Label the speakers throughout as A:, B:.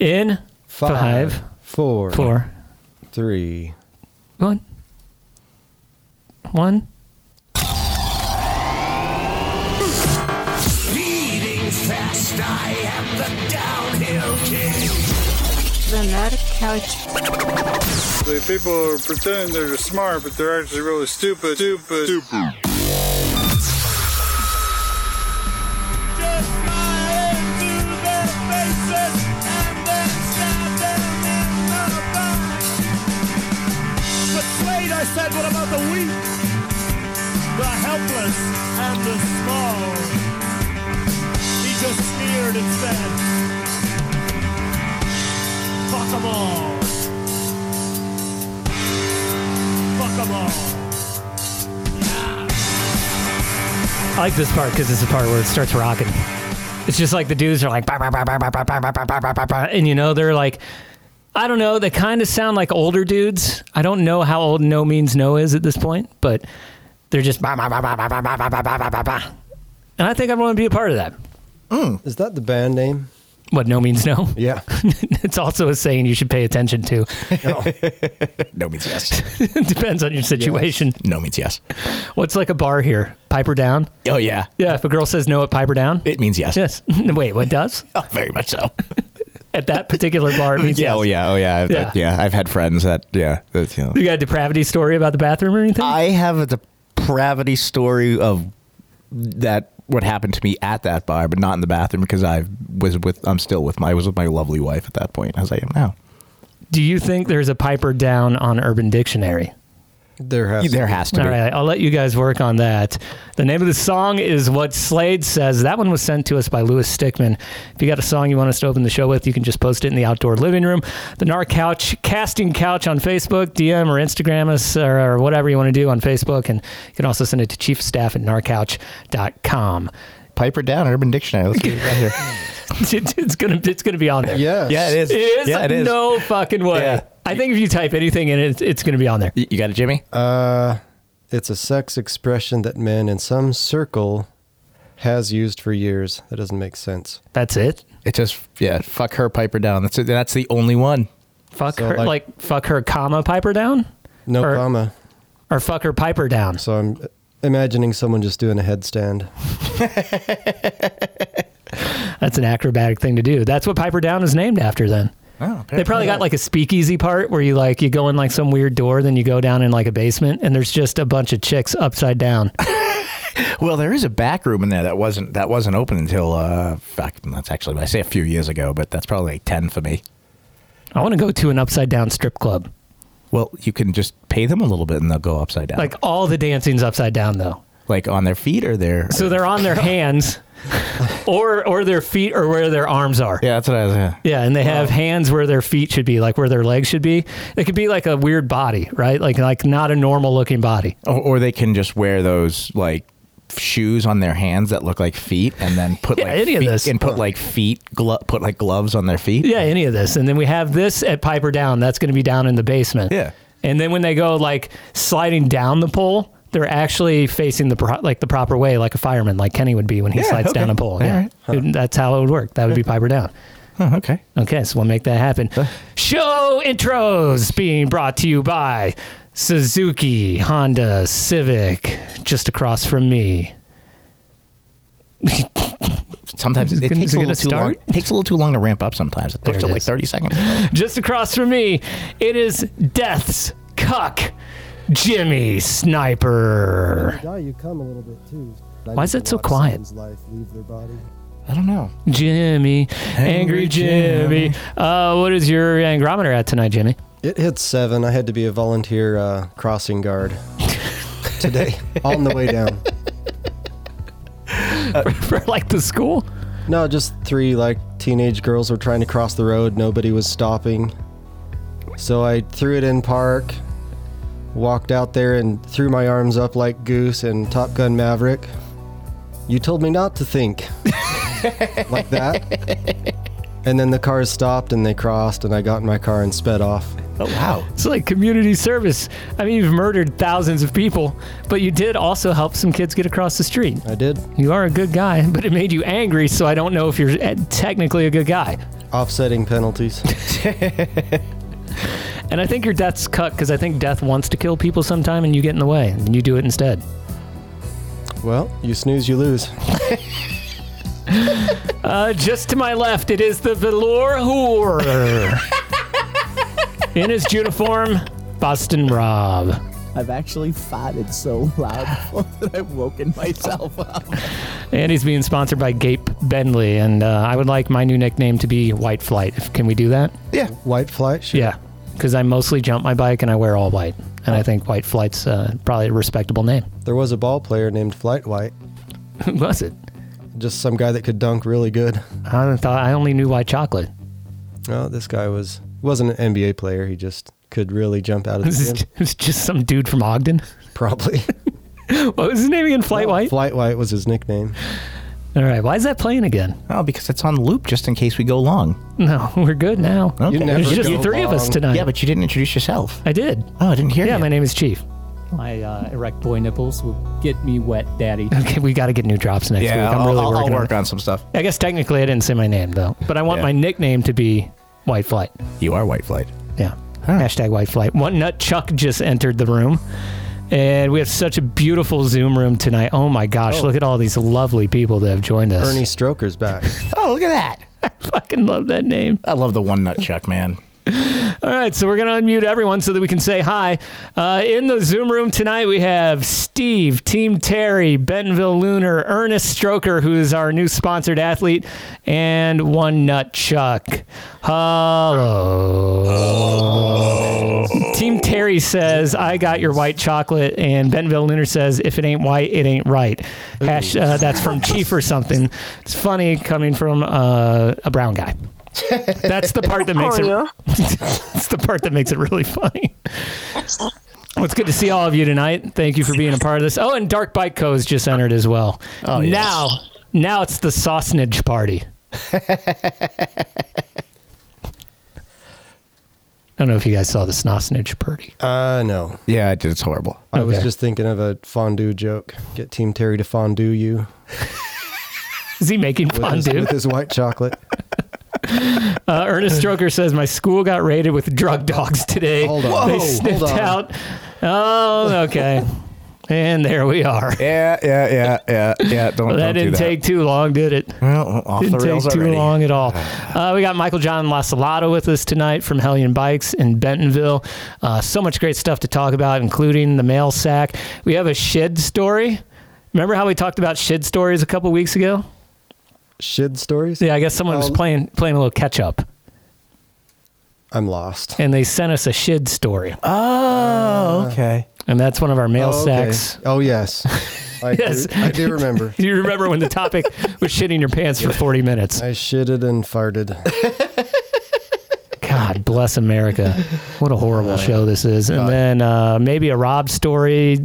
A: In
B: Five,
A: Five,
B: four,
A: four,
B: three.
A: one, one.
C: Speeding fast, I am the downhill king.
D: The Nerd Couch
E: The people are pretending they're smart, but they're actually really stupid, stupid, stupid.
F: Just smile into their faces and then stab them in the back. But Slade, I said, what about the weak, the helpless, and the small? He just sneered and said, fuck 'em all. Fuck 'em all.
A: I like this part because it's the part where it starts rocking. It's just like the dudes are like, "Bah, bah, bah, bah, bah, bah, bah, bah, bah, bah, bah, bah, bah," and you know, they're like, I don't know, they kind of sound like older dudes. I don't know how old no means no is at this point, but they're just, "Bah, bah, bah, bah, bah, bah, bah, bah, bah, bah, bah, bah, bah." and I think I want to be a part of that.
B: Is that the band name?
A: What no means no.
B: Yeah.
A: it's also a saying you should pay attention to.
C: No means yes.
A: it depends on your situation.
C: No means yes.
A: What's like a bar here? Piper down?
C: Oh, yeah.
A: Yeah, if a girl says no at Piper down,
C: It means yes.
A: yes. Wait, what does?
C: Oh, very much so.
A: At that particular bar, it means
C: Yeah,
A: yes.
C: oh, yeah, oh, yeah. I've,
A: Yeah.
C: yeah. I've had friends that, yeah. That's, you know.
A: You got a depravity story about the bathroom or anything?
C: I have a depravity story of that what happened to me at that bar, but not in the bathroom because I was with, I'm still with my, I was with my lovely wife at that point, as I am now.
A: Do you think there's a Piper down on Urban Dictionary?
B: There has.
C: There has to
A: All
C: be.
A: right, I'll let you guys work on that. The name of the song is What Slade Says. That one was sent to us by Lewis Stickman. If you got a song you want us to open the show with, you can just post it in the outdoor living room. The NAR Couch, Casting Couch on Facebook, DM or Instagram us or, or whatever you want to do on Facebook. And you can also send it to chiefstaff at narcouch.com.
C: Piper down, Urban Dictionary. Let's get it right here.
A: it's going to it's gonna be on there.
B: Yes.
C: Yeah, it is.
A: It is?
C: Yeah, it is.
A: No fucking way.
C: Yeah.
A: I think if you type anything in it, it's going to be on there.
C: Y- You got it, Jimmy?
B: Uh, it's a sex expression that men in some circle has used for years. That doesn't make sense.
A: That's it.
C: It just yeah, fuck her Piper down. That's it. That's the only one.
A: Fuck
B: So,
A: her, like,
B: like-
A: fuck her, comma Piper down,
B: No
A: Or-
B: comma.
A: or fuck her Piper down.
B: So I'm imagining someone just doing a headstand.
A: That's an acrobatic thing to do. That's what Piper down is named after. Then
C: Oh,
A: they probably got like a speakeasy part where you like you go in like some weird door, then you go down in like a basement, and there's just a bunch of chicks upside down.
C: Well, there is a back room in there that wasn't that wasn't open until uh, fuck, that's actually I say a few years ago, but that's probably like ten for me.
A: I want to go to an upside down strip club.
C: Well, you can just pay them a little bit and they'll go upside down,
A: Like all the dancing's upside down though.
C: like on their feet or their.
A: So they're on their hands, or or their feet, or where their arms are.
C: yeah, that's what I was. Yeah.
A: Yeah, and they have hands where their feet should be, like where their legs should be. It could be like a weird body, right? Like like not a normal looking body.
C: Or, or they can just wear those like shoes on their hands that look like feet, and then put
A: Yeah,
C: like
A: any of
C: feet-
A: this.
C: and put like feet glo- put like gloves on their feet.
A: Yeah, any of this. And then we have this at Piper Down. That's going to be down in the basement.
C: Yeah.
A: And then when they go like sliding down the pole, they're actually facing the pro- like the proper way, like a fireman, like Kenny would be when he
C: Yeah,
A: slides down
C: okay.
A: a pole.
C: All
A: Yeah,
C: right.
A: It- that's how it would work. That would be Piper Down.
C: Oh, okay.
A: Okay, so we'll make that happen. Show intros being brought to you by Suzuki Honda Civic, just across from me.
C: Sometimes it, it
A: gonna-
C: takes
A: is it
C: a
A: gonna
C: little too long.
A: start?
C: It takes a little too long to ramp up. Sometimes it
A: it
C: takes like
A: is.
C: thirty seconds.
A: Just across from me, it is Death's Cuck, Jimmy Sniper.
G: Yeah, you come a little bit too.
A: Why is it so quiet?
G: Life leave their body.
C: I don't know.
A: Jimmy, Angry
C: Angry
A: Jimmy.
C: Jimmy.
A: Uh, what is your angrometer at tonight, Jimmy?
B: It hit seven. I had to be a volunteer uh, crossing guard today on the way down.
A: For like the school?
B: No, just three like teenage girls were trying to cross the road. Nobody was stopping. So I threw it in park, walked out there and threw my arms up like Goose and Top Gun Maverick. You told me not to think like that. And then the cars stopped and they crossed and I got in my car and sped off.
C: Oh wow.
A: It's like community service. I mean, you've murdered thousands of people, but you did also help some kids get across the street.
B: I did.
A: You are a good guy, but it made you angry, so I don't know if you're eh, technically a good guy.
B: Offsetting penalties.
A: And I think your death's cut because I think death wants to kill people sometime and you get in the way and you do it instead.
B: well, you snooze, you lose.
A: Uh, just to my left, it is the velour whore. in his uniform, Boston Rob.
H: I've actually farted so loud that I've woken myself up.
A: And he's being sponsored by Gape Bentley. And uh, I would like my new nickname to be White Flight. If- Can we do that?
C: Yeah.
B: White flight? Sure.
A: Yeah. Because I mostly jump my bike and I wear all white.
H: Oh.
A: And I think White Flight's uh, probably a respectable name.
B: There was a ball player named Flight White.
A: Who was it?
B: Just some guy that could dunk really good.
A: I thought I only knew white chocolate.
B: No, this guy was wasn't an NBA player. He just could really jump out of
A: This
B: the
A: is,
B: gym.
A: this is just some dude from Ogden.
B: Probably.
A: What was his name again? Flight White?
B: Flight White was his nickname.
A: All right. Why is that playing again?
C: Oh, because it's on loop just in case we go long.
A: No, we're good now.
C: Okay.
B: never
A: There's just
B: go
A: three of us
B: long.
A: tonight.
C: yeah, but you didn't introduce yourself.
A: I did.
C: Oh, I didn't hear
A: Oh, Yeah,
C: you.
A: my name is Chief.
H: My uh, erect boy nipples will get me wet, daddy.
A: Okay, we got to get new drops next
C: yeah,
A: week. I'm
C: I'll,
A: really
C: I'll- I'll
A: working
C: work
A: on.
C: on some stuff.
A: it. I guess technically I didn't say my name though, but I want
C: Yeah.
A: my nickname to be White Flight.
C: You are white flight.
A: Yeah. Hashtag White Flight. One Nut Chuck just entered the room, and we have such a beautiful Zoom room tonight. Oh my gosh, look at all these lovely people that have joined us.
B: Ernie Stroker's back.
C: Oh, look at that.
A: fucking love that name.
C: I love the one nut chuck, man.
A: All right, so we're going to unmute everyone so that we can say hi. Uh, in the Zoom room tonight, we have Steve, Team Terry, Bentonville Lunar, Ernest Stroker, who is our new sponsored athlete, and One Nut Chuck. Hello. Team Terry says, I got your white chocolate, and Bentonville Lunar says, if it ain't white, it ain't right. Hash, uh, that's from Chief or something. It's funny coming from uh, a brown guy. That's the part that makes it. That's the part that makes it really funny. Well, it's good to see all of you tonight. Thank you for being a part of this. Oh, and Dark Bike Co. has just entered as well. Oh,
C: yes.
A: Now, now it's the sausage party. I don't know if you guys saw the sausage party.
B: Uh, no.
C: Yeah, it did. It's horrible.
B: I was
A: Okay.
B: just thinking of a fondue joke. Get Team Terry to fondue you
A: Is he making
B: with,
A: fun,
B: his,
A: dude?
B: with his white chocolate.
A: Uh, Ernest Stroker says my school got raided with drug dogs today.
B: Hold on.
A: they
B: Whoa,
A: sniffed
B: hold on.
A: out. Oh, okay. and there we are.
C: Yeah, yeah, yeah, yeah, yeah. Don't,
A: That didn't take too long, did it?
C: Well, off
A: Didn't
C: the rails
A: take too
C: already.
A: long at all. Uh, we got Michael John Lasalato with us tonight from Hellion Bikes in Bentonville. Uh, so much great stuff to talk about, including the mail sack. We have a shid story. Remember how we talked about shid stories a couple weeks ago?
B: Shid stories?
A: Yeah, I guess someone was
B: Um,
A: playing playing a little catch up,
B: I'm lost.
A: and they sent us a shid story,
C: Oh, okay.
A: and that's one of our mail
B: Oh, okay.
A: sacks.
B: Oh, yes. I,
A: Yes.
B: do, I do remember.
A: Do you remember when the topic was shitting your pants for 40 minutes?
B: I shitted and farted.
A: God bless America. What a horrible show this is. And then uh, maybe a Rob story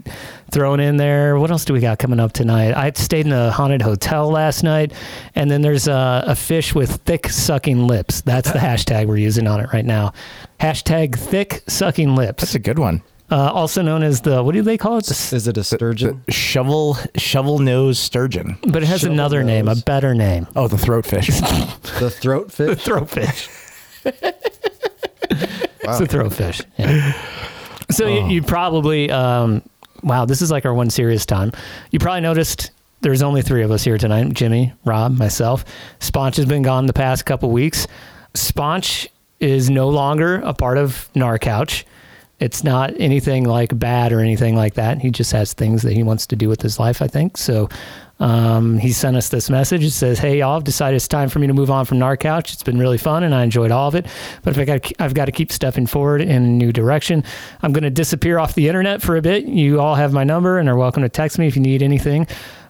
A: thrown in there. What else do we got coming up tonight? I stayed in a haunted hotel last night, and then there's uh, a fish with thick sucking lips. That's the hashtag we're using on it right now. Hashtag thick sucking
C: That's
A: lips,
C: a good one.
A: uh, also known as the what do they call it? The s-
B: Is it a sturgeon?
C: Shovel, shovel nose sturgeon.
A: but it has
B: shovel
A: another name, a
B: nose.
A: better name,
C: Oh, the throat fish.
B: The throat fish?
A: throwfish. It's a throw fish. Yeah. So you, you probably, um, wow, this is like our one serious time. You probably noticed there's only three of us here tonight Jimmy, Rob, myself. Sponge has been gone the past couple weeks. Sponge is no longer a part of NAR Couch. It's not anything like bad or anything like that. He just has things that he wants to do with his life, I think. So um, he sent us this message. It says, "Hey, y'all, I've decided it's time for me to move on from NAR Couch. It's been really fun, and I enjoyed all of it. But if I got, I've got to keep stepping forward in a new direction. I'm going to disappear off the internet for a bit. You all have my number and are welcome to text me if you need anything,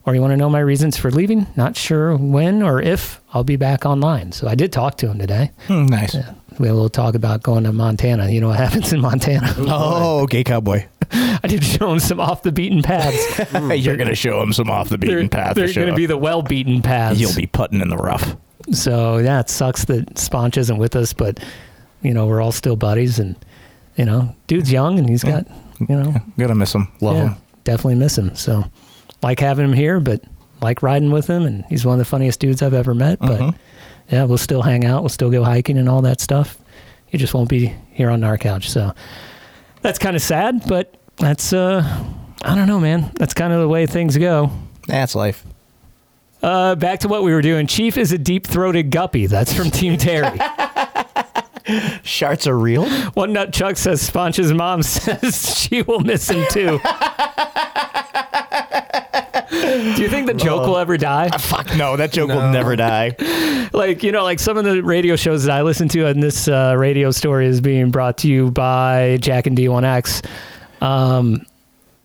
A: or you want to know my reasons for leaving. Not sure when or if I'll be back online. So I did talk to him today.
C: Hmm, nice.
A: We had a little talk about going to Montana. You know what happens in Montana.
C: Oh, gay cowboy.
A: I did show him some off the beaten paths.
C: You're gonna show him some off the beaten
A: Hmm. they're
C: path.
A: they're going to be the well beaten paths.
C: You'll be putting in the rough.
A: So yeah, it sucks that Sponge isn't with us, but you know we're all still buddies, and you know, dude's young and he's got you know,
C: Gonna miss him. Love
A: yeah,
C: him.
A: definitely miss him. So like having him here, but like riding with him, and he's one of the funniest dudes I've ever met. But
C: Mm-hmm.
A: yeah, we'll still hang out. We'll still go hiking and all that stuff. You just won't be here on our couch. So that's kind of sad, but that's, uh, I don't know, man. That's kind of the way things go.
C: That's life.
A: Uh, back to what we were doing. Chief is a deep throated guppy. That's from Team Terry.
C: Sharts are real.
A: One Nut Chuck says Sponge's mom says she will miss him too. Do you think the joke will ever die?
C: Fuck no, that joke will never die.
A: Like, you know, like some of the radio shows that I listen to, and this uh, radio story is being brought to you by Jack and D1X. Um,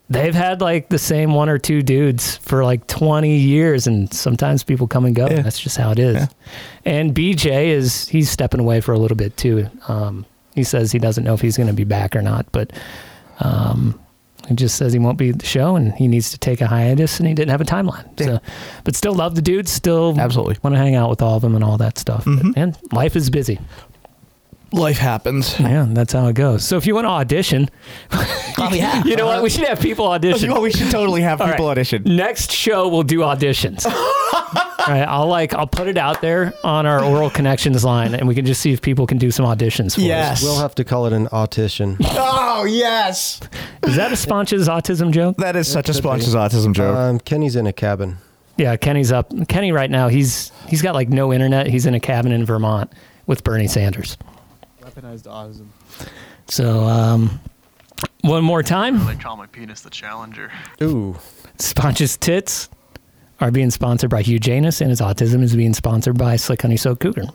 A: they've had like the same one or two dudes for like 20 years, and sometimes people come and go.
C: Yeah.
A: That's just how it is.
C: Yeah.
A: And BJ is, he's stepping away for a little bit too. Um, he says he doesn't know if he's going to be back or not, but um, he just says he won't be at the show and he needs to take a hiatus and he didn't have a timeline. So, but still love the dude. Still
C: Absolutely.
A: want to hang out with all of them and all that stuff. And life is busy.
C: Life happens.
A: Yeah, that's how it goes. So if you want to audition,
C: Oh, yeah.
A: you know what? We should have people audition.
C: Well, we should totally have
A: All
C: people
A: right.
C: audition.
A: Next show, we'll do auditions. All right, I'll like I'll put it out there on our oral connections line, and we can just see if people can do some auditions for
C: Yes.
B: We'll have to call it an audition.
C: oh yes.
A: us. Is that a Sponge's autism joke?
C: That is such a sponge's autism joke.
A: Uh,
B: Um, Kenny's in a cabin.
A: Yeah, Kenny's up. Kenny right now, he's he's got like no internet. He's in a cabin in Vermont with Bernie Sanders.
I: Weaponized autism.
A: So um, one more time,
I: They call my penis the Challenger.
B: Ooh,
A: Sponge's tits are being sponsored by Hugh Janus, and his autism is being sponsored by Slick Honey Soap Cougar.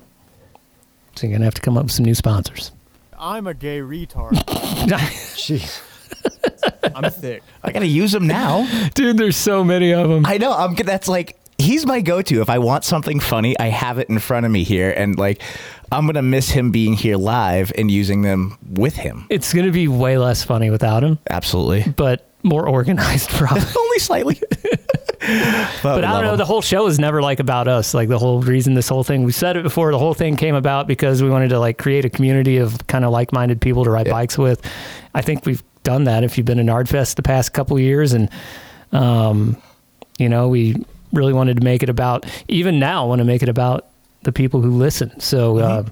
A: So you're gonna have to come up with some new sponsors.
I: I'm a gay retard.
B: jeez.
I: I'm thick.
C: I gotta use them now.
A: Dude, there's so many of them.
C: I know. I'm. That's like he's my go-to. If I want something funny, I have it in front of me here, and like I'm gonna miss him being here live and using them with him.
A: It's gonna be way less funny without him,
C: Absolutely.
A: but more organized probably.
C: Only slightly.
A: But I don't know. The whole show is never like about us. Like the whole reason this whole thing, we said it before, the whole thing came about because we wanted to like create a community of kind of like minded people to ride bikes with. I think we've done that if you've been in Ardfest the past couple years. And, um, you know, we really wanted to make it about, even now, want to make it about the people who listen. So, uh,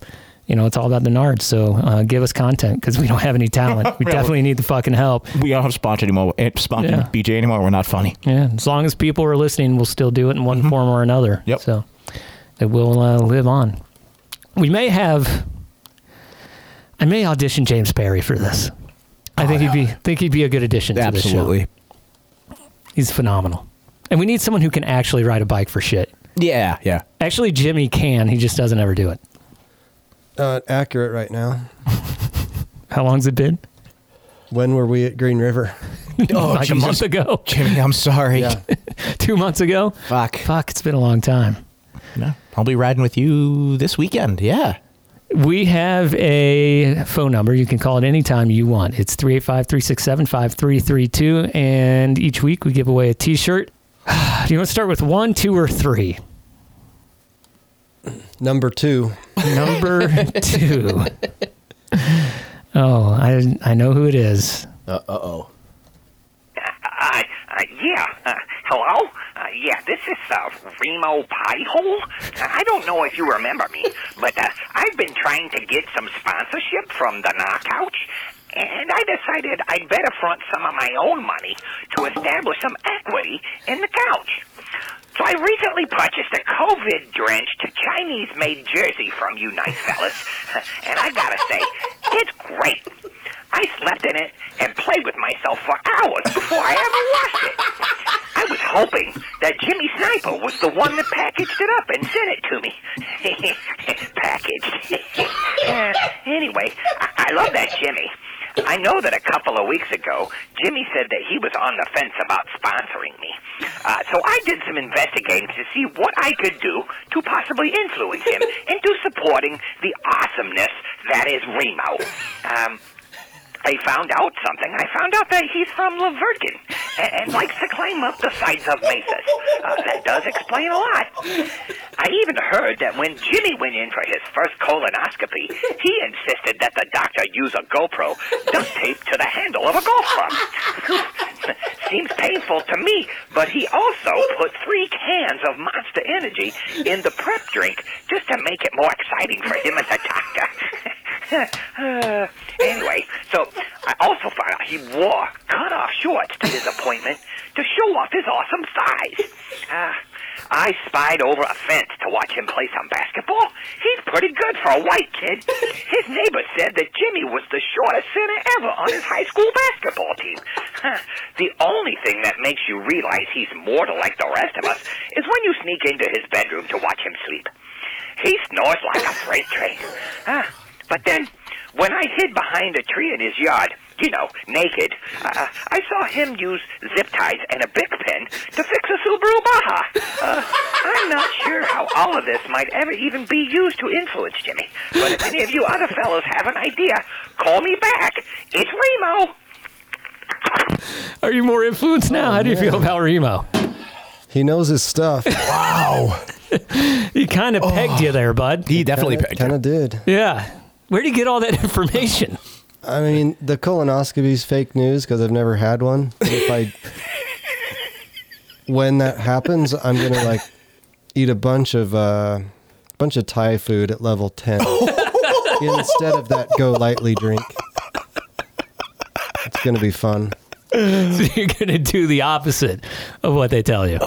A: you know, it's all about the Nards. So uh, give us content because we don't have any talent. We definitely need the fucking help.
C: we don't have sponge anymore. eh, Sponge and
A: Yeah.
C: BJ anymore. We're not funny.
A: Yeah, as long as people are listening, we'll still do it in one form or another.
C: Mm-hmm. Yep.
A: So it will uh, live on. We may have. I may audition James Perry for this. I think he'd be think he'd be a good addition to this
C: Oh, Absolutely.
A: show. He's phenomenal, and we need someone who can actually ride a bike for shit.
C: Yeah. Yeah.
A: Actually, Jimmy can. He just doesn't ever do it.
B: Not accurate right now.
A: How long's it been?
B: When were we at Green River?
C: Oh,
A: like a month
C: Jesus.
A: ago,
C: Jimmy, I'm sorry.
B: Yeah.
A: two months ago.
C: Fuck.
A: Fuck, it's been a long time.
C: No, I'll be riding with you this weekend. Yeah.
A: We have a phone number. You can call it anytime you want. It's 385 367 5332. And each week we give away a t shirt. Do you want to start with one, two, or three?
B: Number two.
A: Number two. Oh, I, I know who it is.
J: Uh, uh, yeah. Uh, hello? Uh, yeah, this is uh, Remo Piehole. Uh, I don't know if you remember me, but uh, I've been trying to get some sponsorship from the Knockout, and I decided I'd better front some of my own money to establish some equity in the couch. So I recently purchased a COVID-drenched Chinese-made jersey from you nice fellas, and I gotta say, it's great. I slept in it and played with myself for hours before I ever washed it. I was hoping that Jimmy Sniper was the one that packaged it up and sent it to me. packaged. Uh, anyway, I-, I love that Jimmy. I know that a couple of weeks ago, Jimmy said that he was on the fence about sponsoring me. Uh, so I did some investigating to see what I could do to possibly influence him into supporting the awesomeness that is Remo. Um, I found out something. I found out that he's from Laverton and, and likes to climb up the sides of mesas. Uh, that does explain a lot. I even heard that when Jimmy went in for his first colonoscopy, he insisted that the doctor use a GoPro duct taped to the handle of a golf club. seems painful to me, but he also put three cans of Monster Energy in the prep drink just to make it more exciting for him and the doctor. Uh, anyway, so I also found out he wore cut-off shorts to his appointment to show off his awesome size. Uh, I spied over a fence to watch him play some basketball. He's pretty good for a white kid. His neighbor said that Jimmy was the shortest center ever on his high school basketball team. Huh. The only thing that makes you realize he's mortal like the rest of us is when you sneak into his bedroom to watch him sleep. He snores like a freight train. Huh. But then, when I hid behind a tree in his yard, you know, naked, uh, I saw him use zip ties and a Bic pen to fix a Subaru Baja. Uh, I'm not sure how all of this might ever even be used to influence Jimmy, but if any of you other fellows have an idea, call me back. It's Remo.
A: Are you more influenced now? How do you feel about Remo?
B: He knows his stuff.
C: Wow.
A: He kind of pegged you there, bud.
C: He definitely picked.
B: Kind of did.
A: Yeah. Where do you get all that information?
B: I mean, the colonoscopy's fake news because I've never had one. But if I, when that happens, I'm gonna like eat a bunch of uh, bunch of Thai food at level ten instead of that go lightly drink. It's gonna be fun.
A: So you're gonna do the opposite of what they tell you.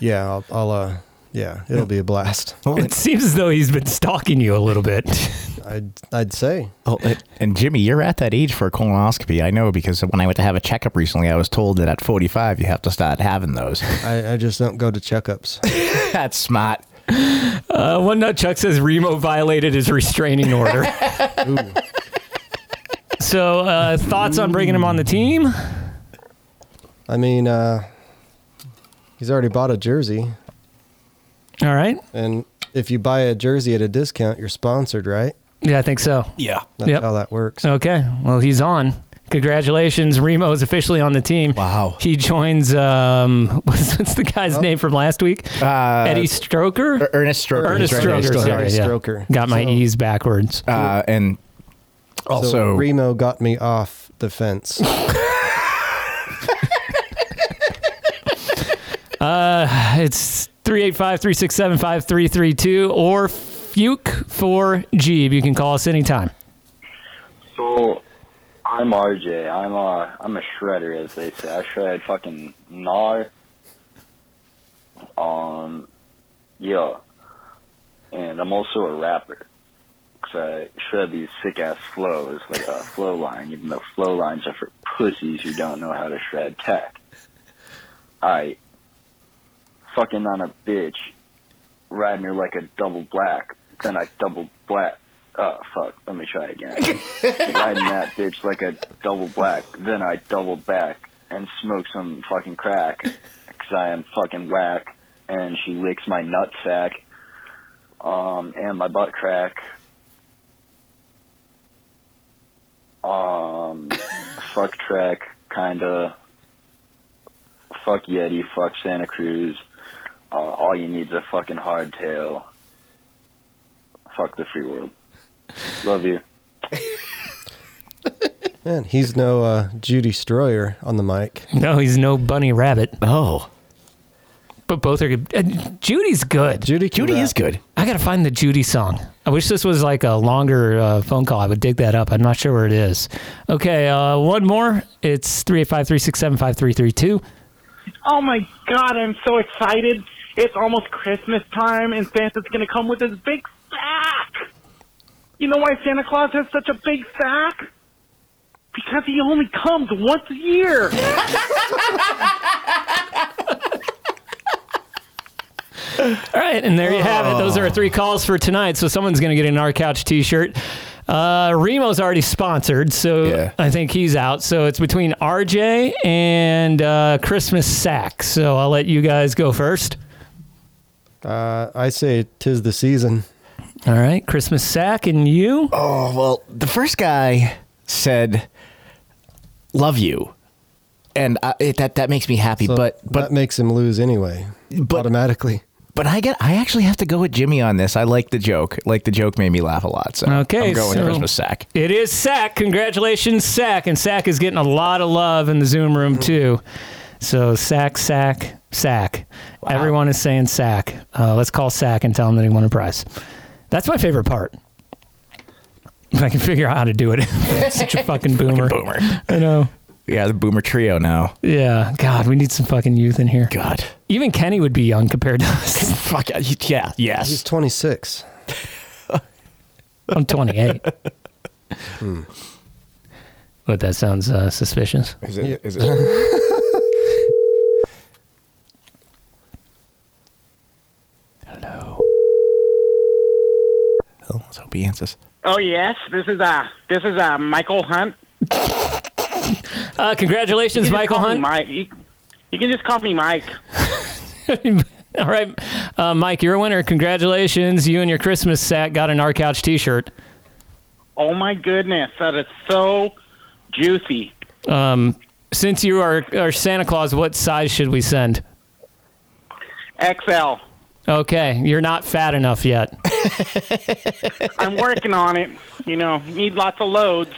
B: Yeah, I'll, I'll uh, yeah, it'll be a blast.
A: It seems as though he's been stalking you a little bit.
B: I'd I'd say.
C: Oh, and- and Jimmy, you're at that age for a colonoscopy. I know because when I went to have a checkup recently, I was told that at 45 you have to start having those.
B: I, I just don't go to checkups.
C: That's smart.
A: Uh, one nut Chuck says Remo violated his restraining order. so uh, thoughts on bringing him on the team?
B: I mean, uh, he's already bought a jersey,
A: All right.
B: and if you buy a jersey at a discount, you're sponsored, right?
A: Yeah, I think so.
C: Yeah.
B: That's
A: Yep.
B: how that works.
A: Okay. Well, he's on. Congratulations, Remo is officially on the team.
C: Wow.
A: He joins. Um, what's, what's the guy's name from last week?
C: Uh,
A: Eddie Stroker.
C: Ernest Stroker.
A: Ernest
C: He's right
A: Stroker.
C: there.
B: Stroker,
A: Sorry,
B: Ernest
A: yeah.
B: Stroker.
A: Got my
B: So-
A: E's backwards.
C: Uh, and also,
B: so Remo got me off the fence.
A: It's 385-367-5332 or Fuke4G. You can call us anytime.
K: So, I'm RJ. I'm a I'm a shredder, as they say. I shred fucking gnar. Um, yeah, and I'm also a rapper. Cause I shred these sick ass flows, like a flow line. Even though flow lines are for pussies who don't know how to shred tech. I fucking on a bitch, riding her like a double black. Then I double black. Oh fuck! Let me try again riding that bitch like a double black. Then I double back and smoke some fucking crack because I am fucking whack. And she licks my nut sack um, and my butt crack. Um, fuck track, kinda. Fuck Yeti, fuck Santa Cruz. Uh, all you need's a fucking hardtail. Fuck the free world. Love you.
B: Man, he's no uh, Judy Stroyer on the mic.
A: No, he's no bunny rabbit,
C: oh,
A: but both are good. And Judy's good.
B: Judy, can
C: Judy
B: rap.
C: is good.
A: I got to find the Judy song. I wish this was like a longer uh, phone call. I would dig that up. I'm not sure where it is. Okay, uh, one more. It's 385-367-5332.
L: Oh my god, I'm so excited. It's almost Christmas time and Santa's gonna come with his big sack. You know why Santa Claus has such a big sack? Because he only comes once a year.
A: All right, and there you have it. Those are our three calls for tonight. So someone's going to get an our couch T-shirt. Uh, Remo's already sponsored, so
C: Yeah.
A: I think he's out. So it's between RJ and uh, Christmas Sack. So I'll let you guys go first.
B: Uh, I say tis the season.
A: All right, Christmas Sack and you.
C: Oh, well, the first guy said, "Love you," and I, it, that that makes me happy.
B: So
C: but but
B: that makes him lose anyway,
C: But-
B: automatically.
C: but I get I actually have to go with Jimmy on this. I like the joke. Like the joke made me laugh a lot. So
A: Okay,
C: I'm going
A: so-
C: to Christmas sack.
A: It Mm. is Sack. Congratulations, Sack, and Sack is getting a lot of love in the Zoom room too. So sack, sack, sack. Everyone is saying sack. Uh, let's call sack and tell him that he won a prize. That's my favorite part. If I can figure out how to do it, such a fucking boomer.
C: boomer.
A: I know.
C: Yeah, the boomer trio now.
A: Yeah, God, we need some fucking youth in here.
C: God,
A: even Kenny would be young compared to us.
C: Fuck yeah, yes.
B: He's 26.
A: I'm 28. Hmm. But that sounds uh, suspicious.
C: Is it? Is it? Hello. Oh, let's hope he answers.
L: Oh yes, this is uh this is uh Michael Hunt.
A: uh, congratulations, Michael Hunt.
L: Mike, you, you can just call me Mike.
A: All right, uh, Mike, you're a winner. Congratulations. You and your Christmas sack got an R Couch t shirt.
L: Oh my goodness, that is so juicy.
A: Um, since you are, are Santa Claus, what size should we send?
L: XL.
A: Okay, you're not fat enough yet.
L: I'm working on it. You know, need lots of loads.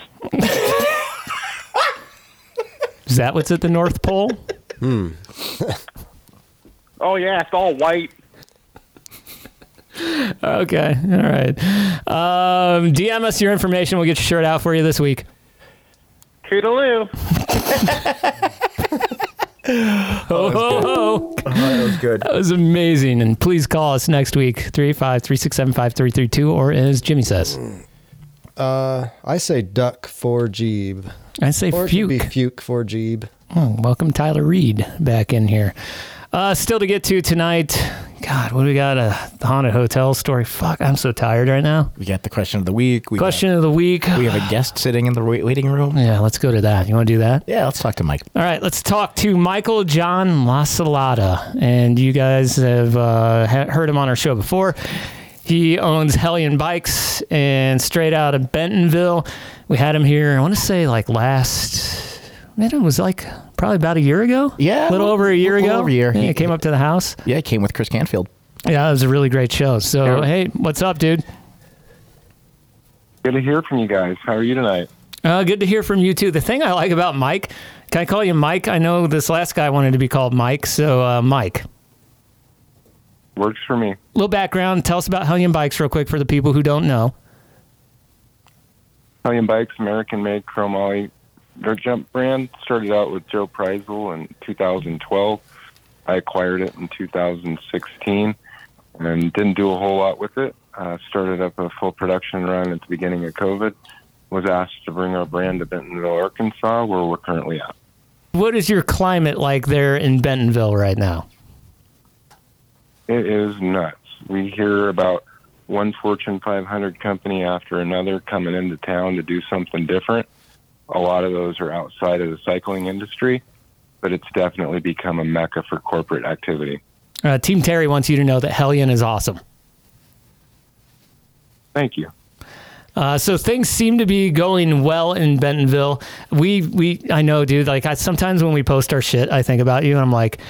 A: Is that what's at the North Pole?
B: Hmm.
L: Oh yeah, it's all white.
A: Okay, all right. Um, DM us your information. We'll get your shirt out for you this week.
L: Toodaloo.
A: Ho, ho, ho.
C: Uh, that was good.
A: That was amazing. And please call us next week, 385 367 5332, or as Jimmy says.
B: Uh, I say duck for Jeeb.
A: I say
B: or it could be fuke for Jeeb.
A: Oh, welcome Tyler Reed back in here. Uh, still to get to tonight. God, what do we got? A haunted hotel story. Fuck, I'm so tired right now.
C: We got the question of the week. We
A: Question of the week.
C: Got, we have a guest sitting in the wait- waiting room.
A: Yeah, let's go to that. You want to do that?
C: Yeah, let's talk to Mike.
A: All right, let's talk to Michael John Lasalada. And you guys have uh, he- heard him on our show before. He owns Hellion Bikes and straight out of Bentonville. We had him here, I want to say like last, man, it was like probably about a year ago.
C: Yeah,
A: A little
C: well,
A: over a year
C: a little
A: ago.
C: over a year.
A: Yeah, he came up to the house.
C: Yeah, it came with Chris Canfield.
A: Yeah, it was a really great show. So, hey, what's up, dude?
M: Good to hear from you guys. How are you tonight?
A: Uh, good to hear from you too. The thing I like about Mike, can I call you Mike? I know this last guy wanted to be called Mike, so uh, Mike.
M: Works for me.
A: little background. Tell us about Hellion Bikes real quick for the people who don't know.
M: Italian Bikes, American made chrome alloy dirt jump brand. Started out with Joe Preisel in 2012. I acquired it in 2016 and didn't do a whole lot with it. Uh, started up a full production run at the beginning of COVID. Was asked to bring our brand to Bentonville, Arkansas, where we're currently at.
A: What is your climate like there in Bentonville right now?
M: It is nuts. We hear about one Fortune 500 company after another coming into town to do something different. A lot of those are outside of the cycling industry, but it's definitely become a mecca for corporate activity.
A: Uh, Team Terry wants you to know that Hellion is awesome.
M: Thank you.
A: Uh, so things seem to be going well in Bentonville. We we I know, dude. Like I sometimes when we post our shit, I think about you, and I'm like,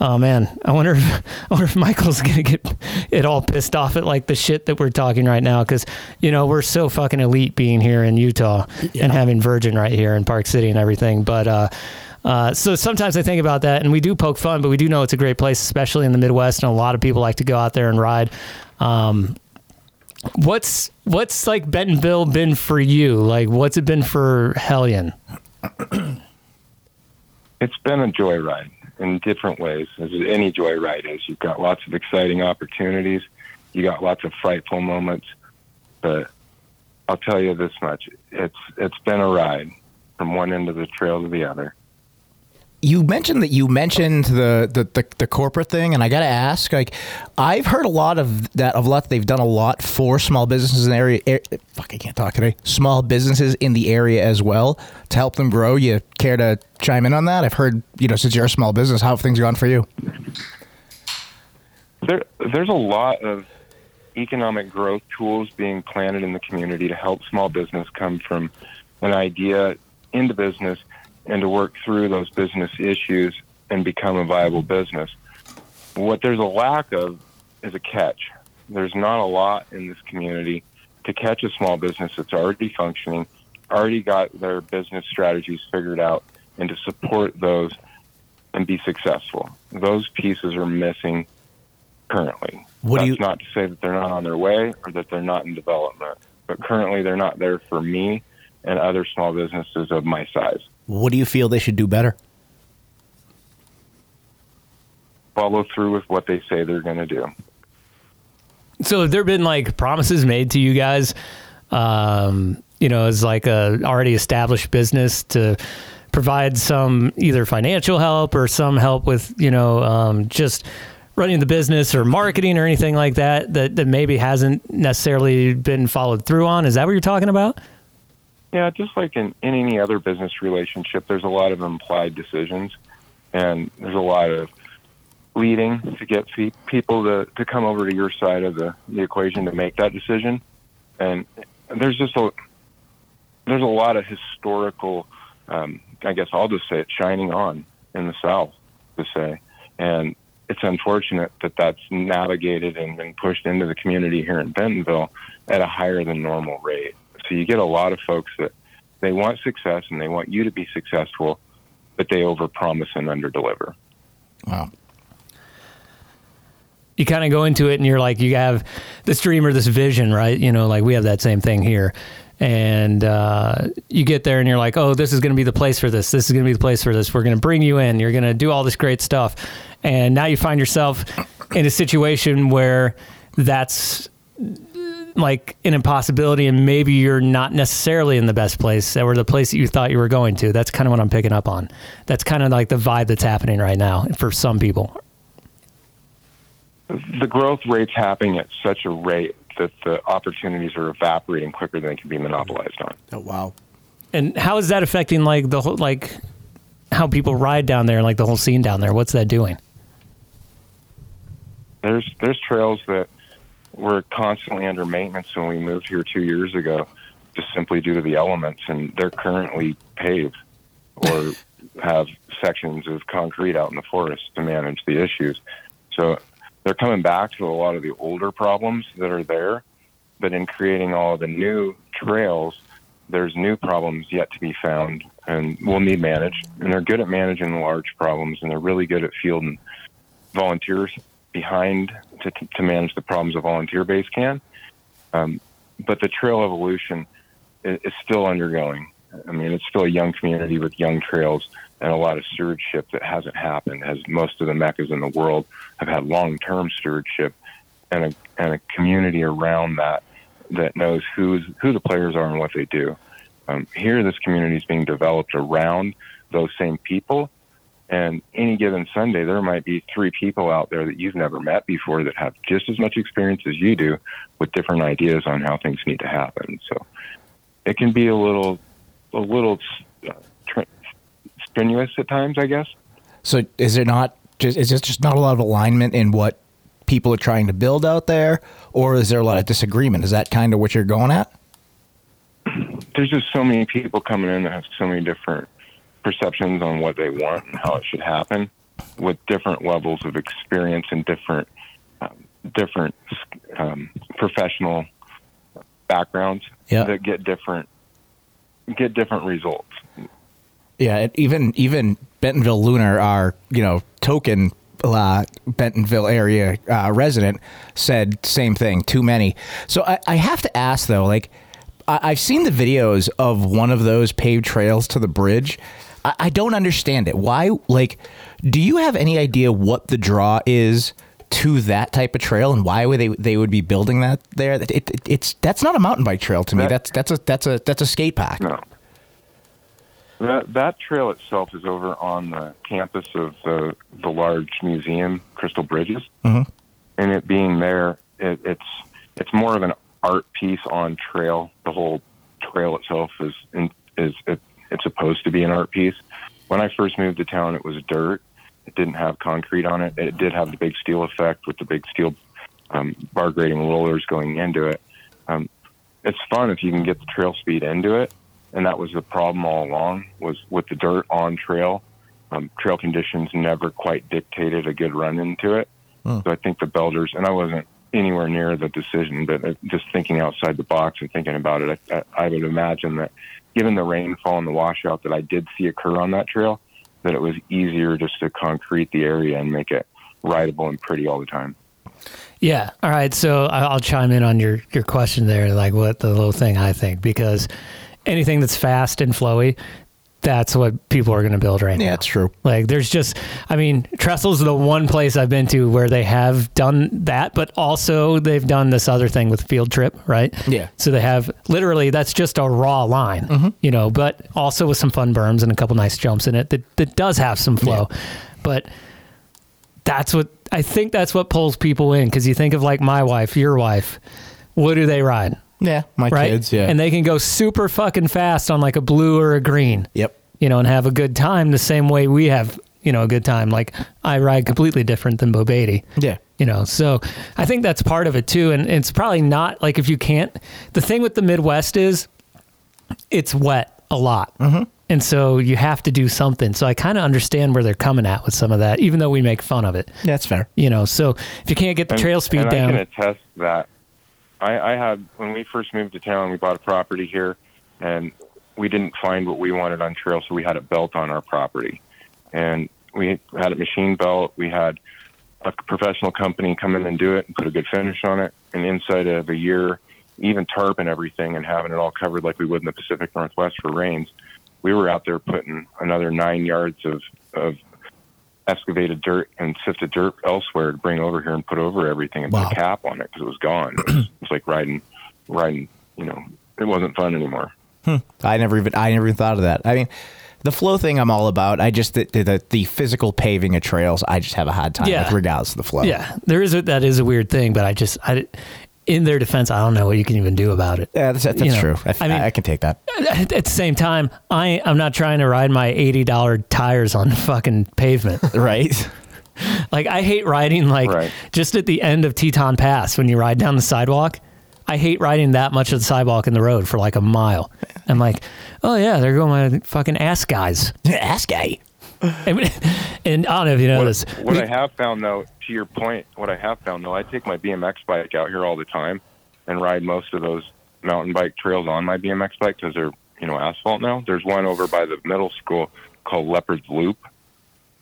A: oh man, I wonder if I wonder if Michael's gonna get it all pissed off at like the shit that we're talking right now because you know we're so fucking elite being here in Utah and having Virgin right here in Park City and everything, but. uh uh, so sometimes I think about that, and we do poke fun, but we do know it's a great place, especially in the Midwest, and a lot of people like to go out there and ride. Um, what's what's like Bentonville been for you? Like, what's it been for Hellion?
M: It's been a joyride in different ways, as any joyride is. You've got lots of exciting opportunities, you got lots of frightful moments, but I'll tell you this much: it's it's been a ride from one end of the trail to the other.
C: you mentioned that you mentioned the the, the the corporate thing, and I gotta ask, like, I've heard a lot of that of lot they've done a lot for small businesses in the area. Er, fuck, I can't talk today. Small businesses in the area as well to help them grow. You care to chime in on that? I've heard, you know, since you're a small business, how have things gone for you?
M: There, there's a lot of economic growth tools being planted in the community to help small business come from an idea into business and to work through those business issues and become a viable business. What there's a lack of is a catch. There's not a lot in this community to catch a small business that's already functioning, already got their business strategies figured out, and to support those and be successful. Those pieces are missing currently.
C: What do
M: That's
C: you-
M: not to say that they're not on their way or that they're not in development, but currently they're not there for me and other small businesses of my size.
C: What do you feel they should do better?
M: Follow through with what they say they're going to do.
A: So have there been like promises made to you guys, um, you know, as like a already established business to provide some either financial help or some help with, you know, um, just running the business or marketing or anything like that, that, that maybe hasn't necessarily been followed through on? Is that what you're talking about?
M: Yeah, just like in, in any other business relationship, there's a lot of implied decisions, and there's a lot of leading to get pe- people to, to come over to your side of the, the equation to make that decision. And there's just a there's a lot of historical, um, I guess I'll just say it, shining on in the South to say, and it's unfortunate that that's navigated and been pushed into the community here in Bentonville at a higher than normal rate. So you get a lot of folks that they want success and they want you to be successful, but they overpromise and underdeliver.
C: Wow.
A: you kind of go into it and you're like you have this dream or this vision right you know like we have that same thing here and uh, you get there and you're like oh this is going to be the place for this this is going to be the place for this we're going to bring you in you're going to do all this great stuff and now you find yourself in a situation where that's like an impossibility and maybe you're not necessarily in the best place or the place that you thought you were going to that's kind of what i'm picking up on that's kind of like the vibe that's happening right now for some people
M: The growth rate's happening at such a rate that the opportunities are evaporating quicker than they can be monopolized on.
C: Oh wow.
A: And how is that affecting like the whole like how people ride down there and like the whole scene down there? What's that doing?
M: there's there's trails that were constantly under maintenance when we moved here two years ago, just simply due to the elements, and they're currently paved or have sections of concrete out in the forest to manage the issues. So they're coming back to a lot of the older problems that are there, but in creating all the new trails, there's new problems yet to be found and will need managed. And they're good at managing large problems, and they're really good at fielding volunteers behind to, to manage the problems a volunteer base can. Um, but the trail evolution is, is still undergoing. I mean, it's still a young community with young trails and a lot of stewardship that hasn't happened, as most of the meccas in the world have had long term stewardship and a, and a community around that that knows who's, who the players are and what they do. Um, here, this community is being developed around those same people and any given Sunday, there might be three people out there that you've never met before that have just as much experience as you do with different ideas on how things need to happen. So it can be a little, a little uh, tr- strenuous at times, I guess.
C: So is there not just is there just not a lot of alignment in what people are trying to build out there, or is there a lot of disagreement? Is that kind of what you're going at?
M: There's just so many people coming in that have so many different perceptions on what they want and how it should happen with different levels of experience and different, um, different um, professional backgrounds
C: Yeah.
M: that get different get different results.
C: Yeah, and even even Bentonville Lunar, our you know token uh, Bentonville area uh, resident, said same thing. Too many. So I, I have to ask though, like I, I've seen the videos of one of those paved trails to the bridge. I, I don't understand it. Why? Like, do you have any idea what the draw is? To that type of trail, and why would they they would be building that there? It, it, it's that's not a mountain bike trail to me. That's that's a that's a that's a skate pack.
M: No. That that trail itself is over on the campus of the the large museum, Crystal Bridges,
C: Mm-hmm.
M: and it being there, it, it's it's more of an art piece on trail. The whole trail itself is in, is it, it's supposed to be an art piece. When I first moved to town, it was dirt. It didn't have concrete on it. It did have the big steel effect with the big steel um, bar grading rollers going into it. Um, it's fun if you can get the trail speed into it, and that was the problem all along. Was with the dirt on trail, um, trail conditions never quite dictated a good run into it.
C: Hmm.
M: So I think the Belders, and I wasn't anywhere near the decision, but uh, just thinking outside the box and thinking about it, I, I, I would imagine that given the rainfall and the washout that I did see occur on that trail, that it was easier just to concrete the area and make it rideable and pretty all the time.
A: Yeah. All right. So I- I'll chime in on your your question there, like what the little thing I think, because anything that's fast and flowy, that's what people are going to build right now. Yeah, that's
C: true.
A: Like there's just, I mean, Trestle's the one place I've been to where they have done that, but also they've done this other thing with field trip, right?
C: Yeah. Mm-hmm.
A: So they have literally that's just a raw line, you know, but also with some fun berms and a couple nice jumps in it that that does have some flow, but that's what I think that's what pulls people in because you think of like my wife, your wife, what do they ride?
C: Yeah, my kids, yeah.
A: And they can go super fucking fast on like a blue or a green.
C: Yep.
A: You know, and have a good time the same way we have, you know, a good time. Like I ride completely different than Bo Beatty.
C: Yeah.
A: You know, so I think that's part of it too. And it's probably not like if you can't, the thing with the Midwest is it's wet a lot.
M: Mm-hmm.
A: And so you have to do something. So I kind of understand where they're coming at with some of that, even though we make fun of it.
C: That's fair.
A: You know, so if you can't get the
M: And-
A: trail speed
M: and
A: down,
M: I can attest to that. I, I had when we first moved to town, we bought a property here, and we didn't find what we wanted on trail, so we had it belt on our property, and we had it machine belt. We had a professional company come in and do it and put a good finish on it, and inside of a year, even tarp and everything, and having it all covered like we would in the Pacific Northwest for rains, we were out there putting another nine yards of of excavated dirt and sifted dirt elsewhere to bring over here and put over everything and put a cap on it because it was gone. It was, it was like riding, riding. You know, it wasn't fun anymore.
C: Hmm. I never even I never even thought of that. I mean, the flow thing I'm all about. I just the the, the physical paving of trails. I just have a hard time
A: Yeah.
C: with regardless of the flow.
A: yeah, there is a, that is a weird thing, but I just, I, in their defense, I don't know what you can even do about it.
C: Yeah, that's, that's
A: You know,
C: true. I, I,
A: mean,
C: can take that.
A: at the same time, I I'm not trying to ride my eighty dollar tires on fucking pavement,
C: right?
A: Like I hate riding like just at the end of Teton Pass when you ride down the sidewalk. I hate riding that much of the sidewalk in the road for like a mile. I'm like, oh yeah, there go my fucking ass guys.
C: ass guy.
A: And, and I don't know if you know this.
M: What
A: We-
M: I have found, though, to your point, what I have found, though, I take my BMX bike out here all the time and ride most of those mountain bike trails on my BMX bike because they're, you know, asphalt now. There's one over by the middle school called Leopard's Loop,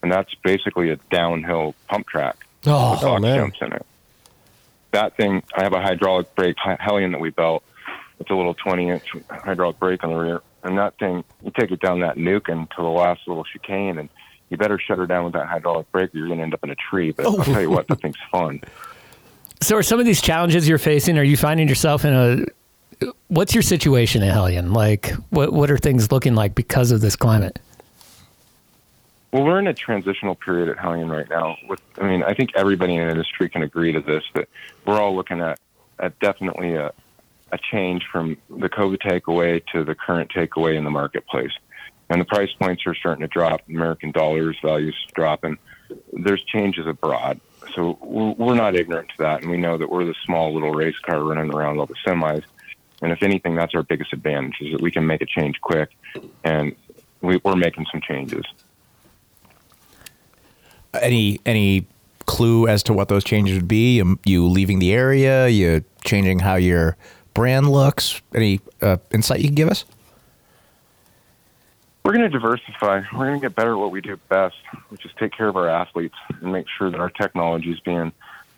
M: and that's basically a downhill pump track.
A: Oh,
M: with box
A: man.
M: jumps in it. That thing, I have a hydraulic brake he- Hellion that we built. It's a little 20 inch hydraulic brake on the rear. And that thing, you take it down that nuke and to the last little chicane, and you better shut her down with that hydraulic brake or you're going to end up in a tree. But
A: Oh.
M: I'll tell you what, that thing's fun.
A: So, are some of these challenges you're facing? Are you finding yourself in a? What's your situation at Hellion? Like, what what are things looking like because of this climate?
M: Well, we're in a transitional period at Hellion right now. With, I mean, I think everybody in the industry can agree to this that we're all looking at, at definitely a, a change from the COVID takeaway to the current takeaway in the marketplace. And the price points are starting to drop. American dollars values dropping. There's changes abroad, so we're, we're not ignorant to that, and we know that we're the small little race car running around all the semis. And if anything, that's our biggest advantage is that we can make a change quick, and we, we're making some changes.
C: Any any clue as to what those changes would be? Um, You leaving the area? You changing how your brand looks? Any uh, insight you can give us?
M: We're going to diversify. We're going to get better at what we do best, which is take care of our athletes and make sure that our technology is being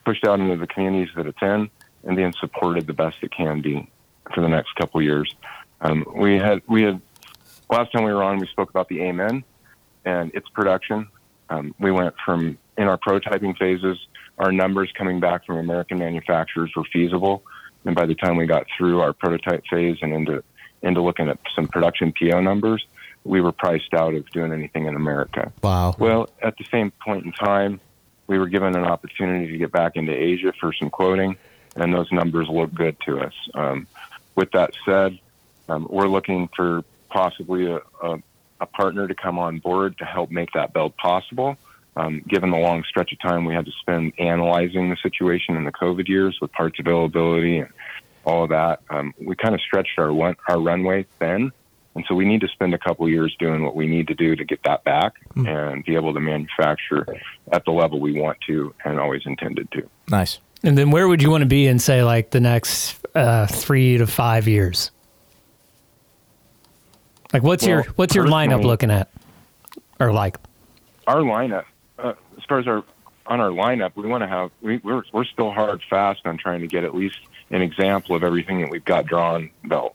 M: pushed out into the communities that it's in and being supported the best it can be for the next couple of years. Um, we had we had last time we were on, we spoke about the Amen and its production. Um, we went from in our prototyping phases, our numbers coming back from American manufacturers were feasible, and by the time we got through our prototype phase and into into looking at some production PO numbers, we were priced out of doing anything in America.
C: Wow.
M: Well, at the same point in time, we were given an opportunity to get back into Asia for some quoting, and those numbers look good to us. Um, with that said, um, we're looking for possibly a, a, a partner to come on board to help make that build possible. Um, given the long stretch of time we had to spend analyzing the situation in the COVID years with parts availability and all of that, um, we kind of stretched our one, our runway thin. And so we need to spend a couple years doing what we need to do to get that back and be able to manufacture at the level we want to and always intended to.
C: Nice.
A: And then, where would you want to be in say like the next uh, three to five years? Like, what's your
M: Well,
A: what's your lineup
M: personally-
A: looking at, or like?
M: our lineup, uh, as far as our on our lineup, we want to have we, we're we're still hard fast on trying to get at least an example of everything that we've got drawn built.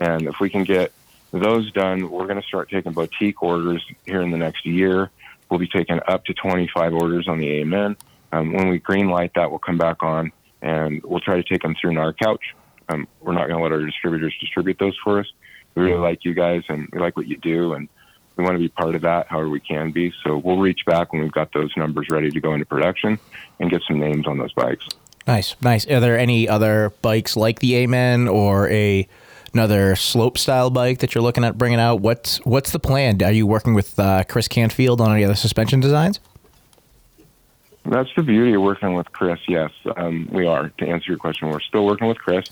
M: And if we can get those done, we're going to start taking boutique orders here in the next year. We'll be taking up to 25 orders on the Amen. Um, when we green light that, we'll come back on and we'll try to take them through our couch. Um, we're not going to let our distributors distribute those for us. We really like you guys and we like what you do and we want to be part of that however we can be. So we'll reach back when we've got those numbers ready to go into production and get some names on those bikes.
C: Nice, nice. Are there any other bikes like the Amen or a another slope style bike that you're looking at bringing out? What's what's the plan? Are you working with uh, Chris Canfield on any other suspension designs?
M: That's the beauty of working with Chris. Yes, um, we are. To answer your question, we're still working with Chris,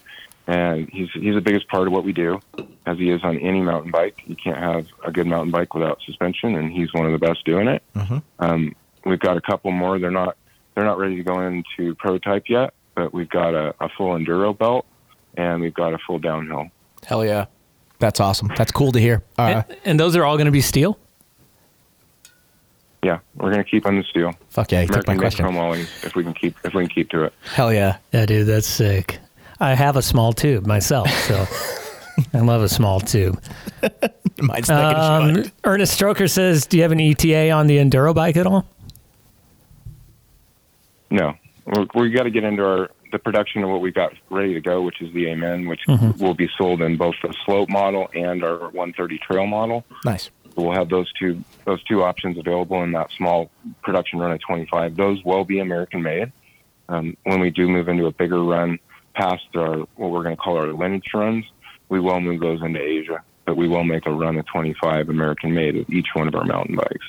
M: and he's he's the biggest part of what we do, as he is on any mountain bike. You can't have a good mountain bike without suspension, and he's one of the best doing it.
F: Mm-hmm.
M: Um, we've got a couple more. They're not they're not ready to go into prototype yet, but we've got a, a full enduro belt and we've got a full downhill.
C: Hell yeah, that's awesome. That's cool to hear. Uh,
A: and, and those are all going to be steel.
M: Yeah, we're gonna keep on the steel.
C: Fuck yeah, you took my
M: American-made
C: question.
M: chrome alloys, if we can keep if we can keep to it.
C: Hell yeah,
A: yeah, dude, that's sick. I have a small tube myself, so I love a small tube.
C: Mine's
A: Um, Ernest Stroker says, "Do you have an ETA on the enduro bike at all?"
M: No, we're, we got to get into our the production of what we got ready to go, which is the Amen, which
C: Mm-hmm.
A: Mhm.
M: will be sold in both the slope model and our 130 trail model.
C: Nice.
M: We'll have those two those two options available in that small production run of 25. Those will be American made. Um, when we do move into a bigger run past our what we're going to call our lineage runs, we will move those into Asia. But we will make a run of 25 American made of each one of our mountain bikes.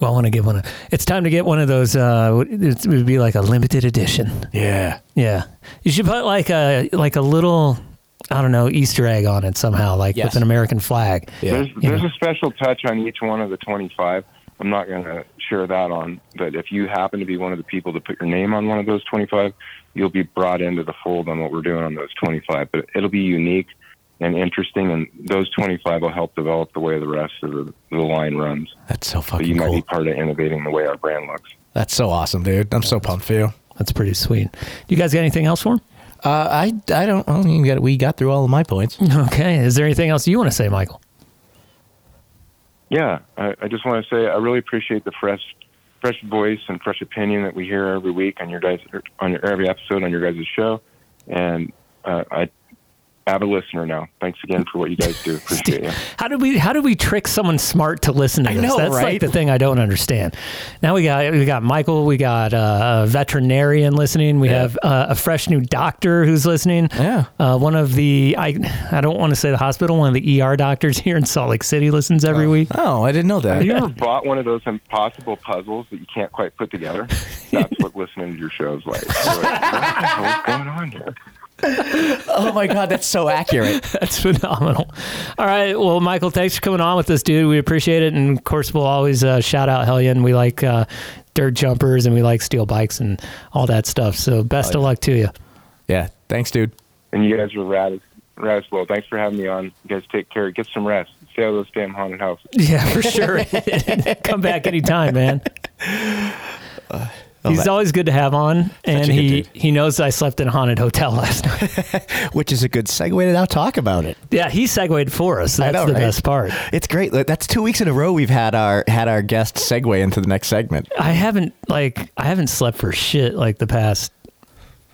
A: Well, I want to get one. Of, it's time to get one of those. Uh, it would be like a limited edition.
C: Yeah.
A: Yeah, you should put like a like a little, I don't know, Easter egg on it somehow, like
M: Yes.
A: with an American flag.
M: There's,
A: You
M: there's
A: know?
M: a special touch on each one of the 25. I'm not going to share that on, but if you happen to be one of the people to put your name on one of those 25, you'll be brought into the fold on what we're doing on those 25. But it'll be unique and interesting, and those 25 will help develop the way the rest of the, the line runs.
C: That's so
M: So
C: fucking
M: you might
C: cool.
M: be part of innovating the way our brand looks.
C: That's so awesome, dude. I'm so pumped for you.
A: That's pretty sweet. You guys got anything else for him?
C: Uh, I I don't. I don't even get. We got through all of my points.
A: Okay. Is there anything else you want to say, Michael?
M: Yeah, I, I just want to say I really appreciate the fresh, fresh voice and fresh opinion that we hear every week on your guys on your every episode on your guys' show, and uh, I have a listener now. Thanks again for what you guys do. Appreciate you.
A: How did we how did we trick someone smart to listen to
C: I
A: this?
C: know,
A: That's like
C: right?
A: the thing I don't understand. Now we got we got Michael, we got uh, a veterinarian listening. We have uh, a fresh new doctor who's listening.
C: Yeah,
A: uh, one of the I I don't want to say the hospital, one of the ER doctors here in Salt Lake City listens every week.
C: Oh, I didn't know
M: Have you ever bought one of those impossible puzzles that you can't quite put together? That's what listening to your show is like. You're like, what the hell is going on here?
C: oh my god, that's so accurate.
A: That's phenomenal. All right. Well, Michael, thanks for coming on with us, dude. We appreciate it. And of course, we'll always uh, shout out Hellion. We like uh, dirt jumpers and we like steel bikes and all that stuff. So
C: Oh,
A: best of luck to you.
C: Yeah, thanks, dude.
M: And you guys are rad, as- rad as well. Thanks for having me on. You guys take care. Get some rest. Stay out of those damn haunted houses.
A: Yeah, for sure. Come back anytime, man.
C: oh,
A: He's
C: that-
A: always good to have on, and
C: a good
A: he, he knows I slept in a haunted hotel last night.
C: Which is a good segue to now talk about it.
A: Yeah, he segued for us.
C: I
A: That's
C: know,
A: the
C: right?
A: best part.
C: It's great. Like, That's two weeks in a row we've had our had our guest segue into the next segment.
A: I haven't like I haven't slept for shit like the past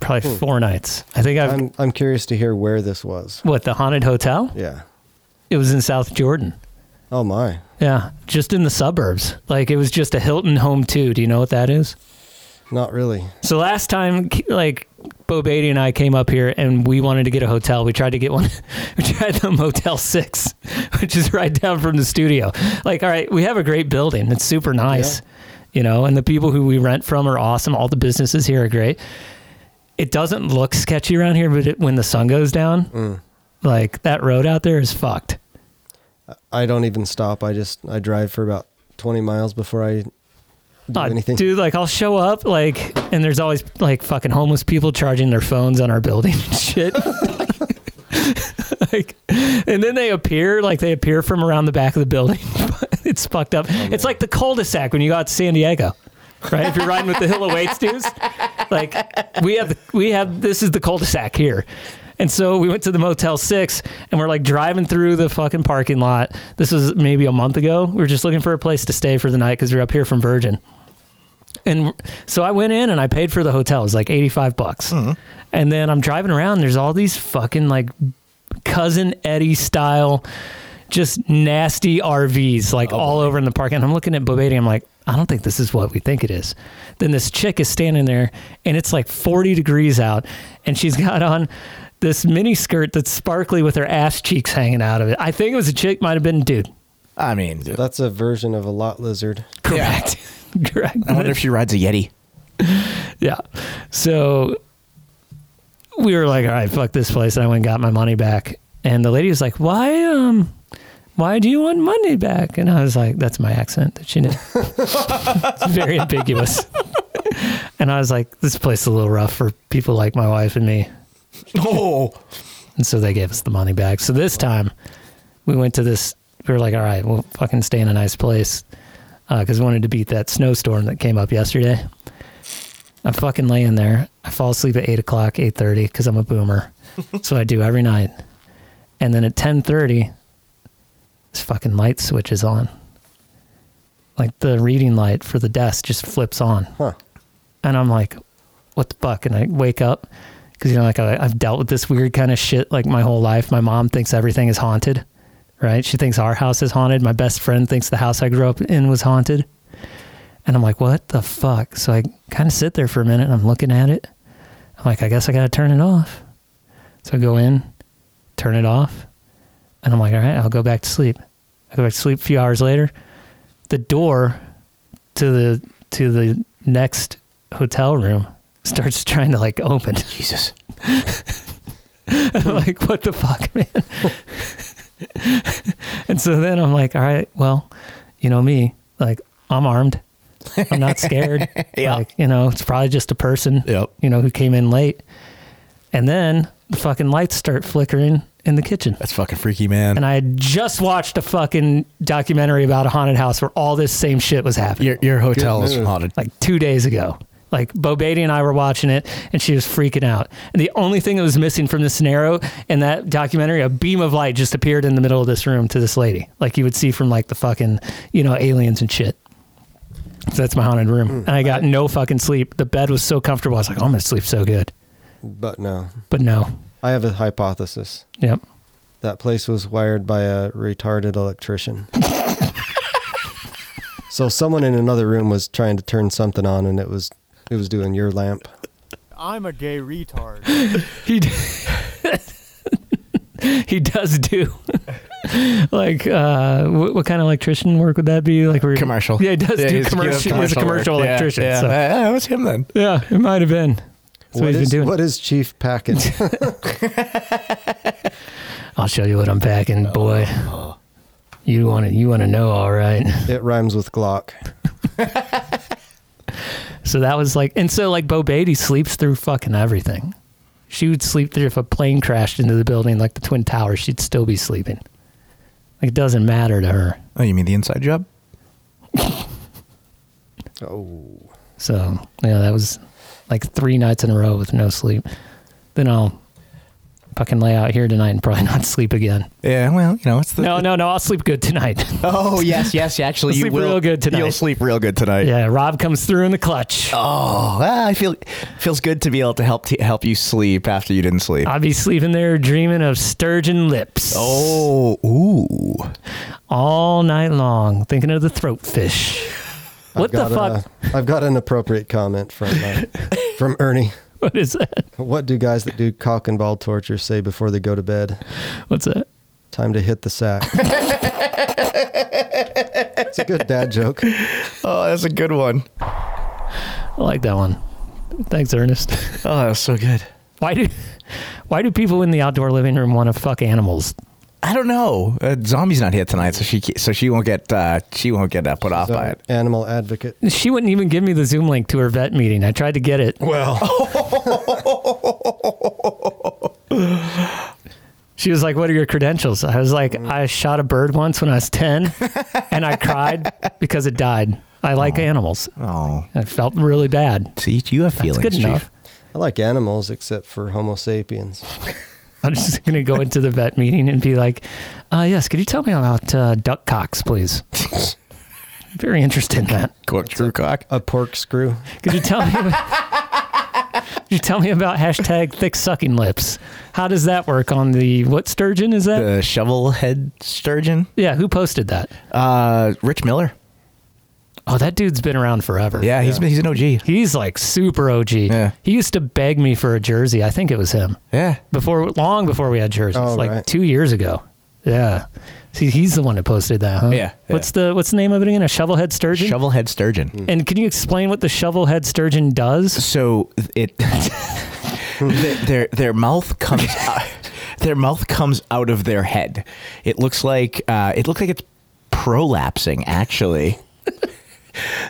C: Hmm.
A: probably four nights. I think I've
B: I'm I'm curious to hear where this was.
A: what the haunted hotel.
B: Yeah.
A: It was in South Jordan.
B: Oh my.
A: Yeah, just in the suburbs. Like it was just a Hilton Home 2. Do you know what that is?
B: Not really.
A: So last time, like Bo Beatty and I came up here and we wanted to get a hotel. We tried to get one. we tried the Motel Six, which is right down from the studio. Like, all right, we have a great building. It's super nice, you know, and the people who we rent from are awesome. All the businesses here are great. It doesn't look sketchy around here, but it, when the sun goes down, like that road out there is fucked.
B: I don't even stop. I just I drive for about 20 miles before I do
A: Uh,
B: anything.
A: Dude, like I'll show up like and there's always like fucking homeless people charging their phones on our building and shit. like, and then they appear, like they appear from around the back of the building. it's fucked up.
B: Oh,
A: It's like the cul-de-sac when you go out to San Diego, right? If you're riding with the Hill Awaits dudes, like we have, the, we have this is the cul-de-sac here. And so we went to the Motel 6 and we're like driving through the fucking parking lot. This was maybe a month ago. We were just looking for a place to stay for the night because we we're up here from Virgin. And so I went in and I paid for the hotel. It was like 85 bucks. And then I'm driving around. there's all these fucking like cousin Eddie style, just nasty RVs like all over in the park. And I'm looking at Bobading. I'm like, I don't think this is what we think it is. Then this chick is standing there and it's like 40 degrees out. And she's got on this mini skirt that's sparkly with her ass cheeks hanging out of it. I think it was a chick, might have been a dude.
C: I mean,
B: that's a version of a lot lizard.
A: Correct. Correct.
C: I wonder if she rides a Yeti.
A: yeah. So we were like, all right, fuck this place. And I went and got my money back. And the lady was like, why, um, why do you want money back? And I was like, that's my accent that she knew. it's very ambiguous. and I was like, this place is a little rough for people like my wife and me.
C: Oh.
A: and so they gave us the money back. So this time we went to this, we were like, all right, we'll fucking stay in a nice place. Uh, cause we wanted to beat that snowstorm that came up yesterday. I'm fucking laying there. I fall asleep at eight o'clock, eight thirty, cause I'm a boomer. so I do every night. And then at ten thirty, this fucking light switches on. Like the reading light for the desk just flips on. And I'm like, what the fuck? And I wake up because, you know, like I, I've dealt with this weird kind of shit like my whole life. My mom thinks everything is haunted, right? She thinks our house is haunted. My best friend thinks the house I grew up in was haunted. And I'm like, what the fuck? So I kind of sit there for a minute and I'm looking at it. I'm like, I guess I got to turn it off. So I go in, turn it off, and I'm like, all right, I'll go back to sleep. I go back to sleep a few hours later. The door to the to the next hotel room starts trying to like open.
C: Jesus.
A: I'm like, what the fuck, man? and so then I'm like, all right, well, you know me, like I'm armed. I'm not scared.
C: Yeah.
A: Like, you know, it's probably just a person,
C: Yep.
A: you know, who came in late. And then the fucking lights start flickering in the kitchen.
C: That's fucking freaky, man.
A: And I had just watched a fucking documentary about a haunted house where all this same shit was happening.
C: Your, your hotel is haunted.
A: Like two days ago. Like Bo Beatty and I were watching it, and she was freaking out. And the only thing that was missing from the scenario in that documentary, a beam of light just appeared in the middle of this room to this lady, like you would see from like the fucking, you know, aliens and shit. So that's my haunted room, and I got no fucking sleep. The bed was so comfortable. I was like, oh, I'm gonna sleep so good.
B: But no.
A: But no.
B: I have a hypothesis.
A: Yep.
B: That place was wired by a retarded electrician. so someone in another room was trying to turn something on and it was it was doing your lamp.
I: I'm a gay retard.
A: he d- he does do like uh what, what kind of electrician work would that be like where-
C: Commercial.
A: yeah he does
C: Yeah,
A: do
C: he's a
A: commercial he's a
C: commercial
A: commercial
C: work. Yeah,
A: electrician
C: yeah.
A: so-
C: Yeah, that was him then.
A: yeah it might have been that's what,
B: What
A: he's
B: is-
A: been doing
B: what is Chief Packet?
A: i'll show you what i'm packing
C: Oh.
A: boy you want to you want to know all right
B: it rhymes with Glock.
A: so that was like and so like bo beatty sleeps through fucking everything she would sleep through if a plane crashed into the building like the twin towers she'd still be sleeping like it doesn't matter to her
C: Oh, you mean the inside job?
B: Oh.
A: So yeah, that was like three nights in a row with no sleep. Then I'll fucking lay out here tonight and probably not sleep again.
C: Yeah, well, you know, it's the.
A: No, no, no, I'll sleep good tonight.
C: Oh, yes, yes, actually,
A: I'll
C: you
A: sleep
C: will.
A: real good tonight.
C: You'll sleep real good tonight.
A: yeah, Rob comes through in the clutch.
C: Oh, ah, I feel feels good to be able to help t- help you sleep after you didn't sleep.
A: I'll be sleeping there dreaming of sturgeon lips.
C: Oh, ooh.
A: All night long, thinking of the throat fish. What the
B: I've got
A: fuck?
B: A, I've got an appropriate comment from uh, from Ernie.
A: What is that?
B: What do guys that do cock and ball torture say before they go to bed?
A: What's that?
B: Time to hit the sack. it's a good dad joke.
C: Oh, that's a good one.
A: I like that one. Thanks, Ernest.
C: Oh, that was so good.
A: Why do why do people in the outdoor living room want to fuck animals?
C: I don't know. Uh, zombie's not here tonight, so she ca- so she won't get uh, she won't get uh, put off by it.
B: Animal advocate.
A: She wouldn't even give me the Zoom link to her vet meeting. I tried to get it.
C: Well,
A: She was like, "What are your credentials?" I was like, "I shot a bird once when I was ten, and I cried because it died. I like animals.
C: Oh,
A: I felt really bad.
C: See, you have
A: That's good enough.
B: I like animals except for Homo sapiens.
A: I'm just gonna go into the vet meeting and be like, uh, "Yes, could you tell me about uh, duck cocks, please?" Very interested in that.
C: Cork screw cock.
B: A pork screw.
A: Could you tell me? could you tell me about hashtag thick sucking lips? How does that work on the what sturgeon is that?
C: The shovel head Uh, sturgeon.
A: Yeah, who posted that?
C: Uh, Rich Miller.
A: Oh, that dude's been around forever.
C: Yeah, he's been- he's an OG.
A: He's like super OG. Yeah. He used to beg me for a jersey. I think it was him.
C: Yeah.
A: Before long before we had jerseys,
C: Oh,
A: like
C: right.
A: 2 years ago. Yeah. See, he's the one that posted that, huh?
C: Yeah, yeah.
A: What's the what's the name of it again? A shovelhead sturgeon?
C: Shovel head sturgeon.
A: And can you explain what the shovelhead sturgeon does?
C: So it their, their their mouth comes out, their mouth comes out of their head. It looks like uh, it looks like it's prolapsing actually.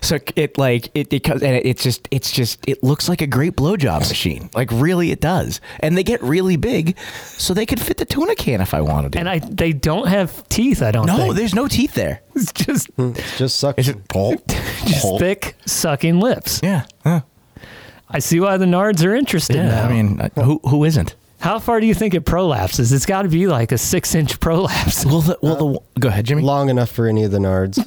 C: So it like it, it comes and it, it's just it's just it looks like a great blowjob machine like really it does and they get really big so they could fit the tuna can if I wanted to
A: and I they don't have teeth, I don't
C: no
A: think.
C: there's no teeth there
A: it's just
B: just suck
C: is it pulp
A: just thick sucking lips.
C: Yeah.
A: I see why the nards are interested
C: Yeah,
A: now.
C: I mean, uh, who who isn't?
A: How far do you think it prolapses? It's got to be like a six inch prolapse.
C: Well, the, well, the go ahead, Jimmy.
B: Long enough for any of the nards.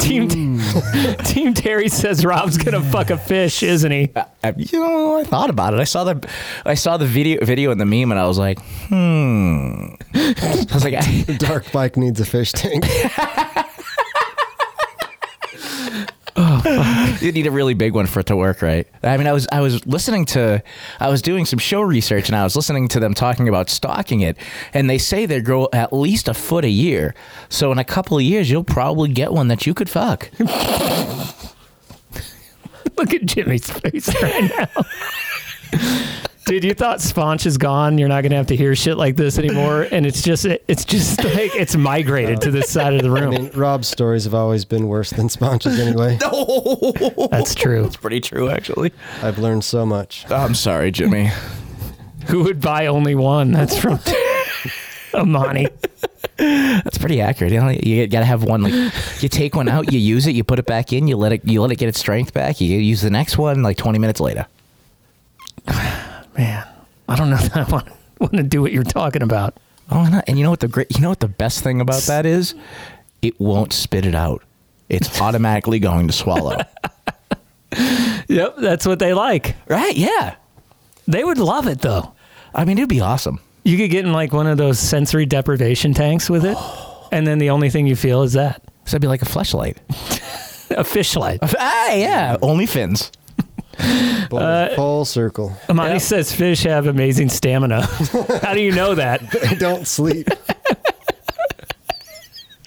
A: Team Team Terry says Rob's gonna fuck a fish, isn't he?
C: I, you know, I thought about it. I saw the, I saw the video video and the meme, and I was like, hmm. I was like, I,
B: The dark bike needs a fish tank.
C: you need a really big one for it to work, right? I mean, I was I was listening to, I was doing some show research, and I was listening to them talking about stocking it, and they say they grow at least a foot a year. So in a couple of years, you'll probably get one that you could fuck.
A: Look at Jimmy's face right now. Dude, you thought Sponge is gone. You're not gonna have to hear shit like this anymore. And it's just it's just like it's migrated to this side of the
B: I
A: room.
B: mean, Rob's stories have always been worse than Sponge's anyway.
C: no,
A: That's true.
C: That's pretty true, actually.
B: I've learned so much.
C: I'm sorry, Jimmy.
A: Who would buy only one? That's from Amani.
C: That's pretty accurate. You, know, you gotta have one. Like, you take one out, you use it, you put it back in, you let it, you let it get its strength back. You use the next one like 20 minutes later.
A: Man, I don't know if I want want to do what you're talking about.
C: Oh, and, I- and you know what the great, you know what the best thing about that is? It won't spit it out. It's automatically going to swallow.
A: Yep, that's what they like.
C: right? Yeah.
A: They would love it though.
C: I mean, it'd be awesome.
A: You could get in like one of those sensory deprivation tanks with it, and then the only thing you feel is that
C: So it'd be like a flashlight.
A: a fish light.
C: ah, yeah. Only fins.
B: Full,
C: Uh,
B: full circle.
A: Amani says fish have amazing stamina. How do you know that?
B: They don't sleep.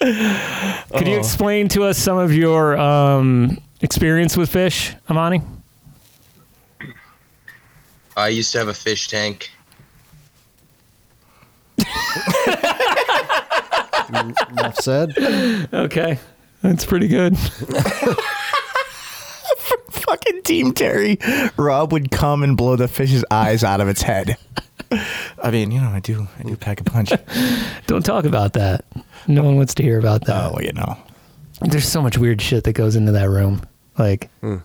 A: Could you explain to us some of your um, experience with fish, Amani?
N: I used to have a fish tank.
B: Enough said.
A: Okay, that's pretty good.
C: Fucking Team Terry. Rob would come and blow the fish's eyes out of its head. I mean, you know, I do, I do pack a punch.
A: Don't talk about that. No one wants to hear about that.
C: Oh, well, you know.
A: there's so much weird shit that goes into that room. Like,
B: Hmm.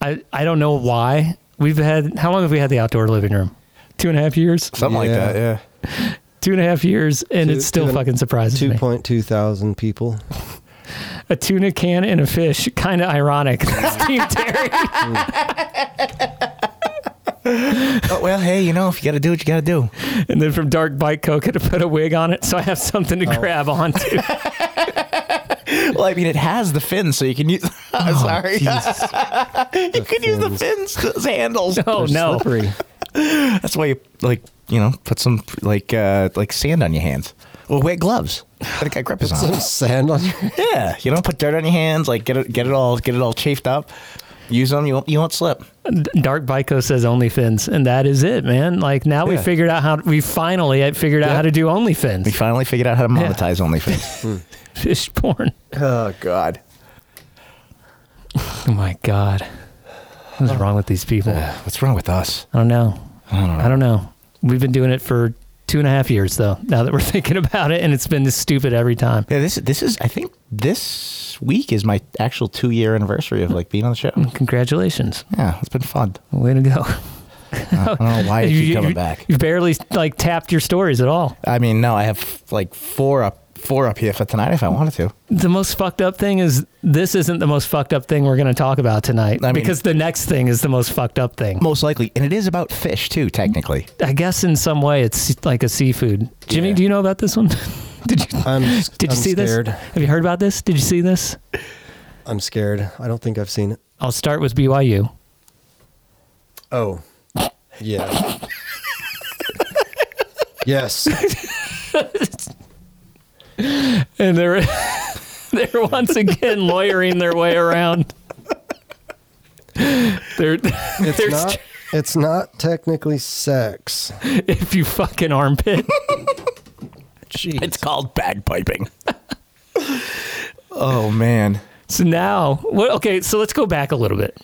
A: I I don't know why we've had. How long have we had the outdoor living room? Two and a half years.
C: Something like
B: Yeah.
C: that, yeah.
A: Two and a half years, and
B: Two-
A: it still
B: two and-
A: fucking surprises me.
B: 2.2 thousand people.
A: A tuna can and a fish. Kind of ironic. That's Team Terry.
C: Oh, well, hey, you know, if you got to do what you got to do.
A: And then from Dark Bike Coca to put a wig on it, so I have something
B: Oh.
A: to grab onto.
C: Well, I mean, it has the fins, so you can use. I'm sorry,
A: Jesus.
C: you could use Oh, the fins as handles.
A: Oh no.
B: Slippery.
C: That's why you like you know put some like uh like sand on your hands or wear gloves. I think I grip is
B: Some
C: on.
B: sand on your
C: Yeah, you don't put dirt on your hands. Like get it get it all get it all chafed up. Use them, you won't you won't slip.
A: Dark Bico says OnlyFins, and that is it, man. Like now we
C: Yeah.
A: figured out how we finally had figured out
C: Yeah.
A: how to do
C: We
A: OnlyFins.
C: finally figured out how to monetize OnlyFans.
A: Fish porn.
C: oh God.
A: Oh my god. What's wrong with these people?
C: what's wrong with us?
A: I don't know. I don't know. We've been doing it for two and a half years, though. Now that we're thinking about it, and it's been this stupid every time.
C: Yeah, this this is I think this week is my actual two year anniversary of like being on the show.
A: Congratulations!
C: Yeah, it's been fun.
A: Way to go!
C: I don't know why you keep coming back.
A: You barely like tapped your stories at all.
C: I mean, no, I have like four up four up here for tonight if I wanted to.
A: The most fucked up thing is this isn't the most fucked up thing we're going to talk about tonight
C: mean-
A: because the next thing is the most fucked up thing.
C: Most likely, and it is about fish too, technically.
A: I guess in some way it's like a seafood. Jimmy, do you know about this one? did you?
B: I'm,
A: Did you see
B: scared.
A: this? Have you heard about this? Did you see this?
B: I'm scared. I don't think I've seen it.
A: I'll start with BYU.
B: Oh, yeah. yes.
A: and they're they're once again lawyering their way around. They're,
B: It's
A: they're
B: not. It's not technically sex.
A: if you fucking armpit.
C: It's called bagpiping. oh man.
A: So now, what? Okay, so let's go back a little bit.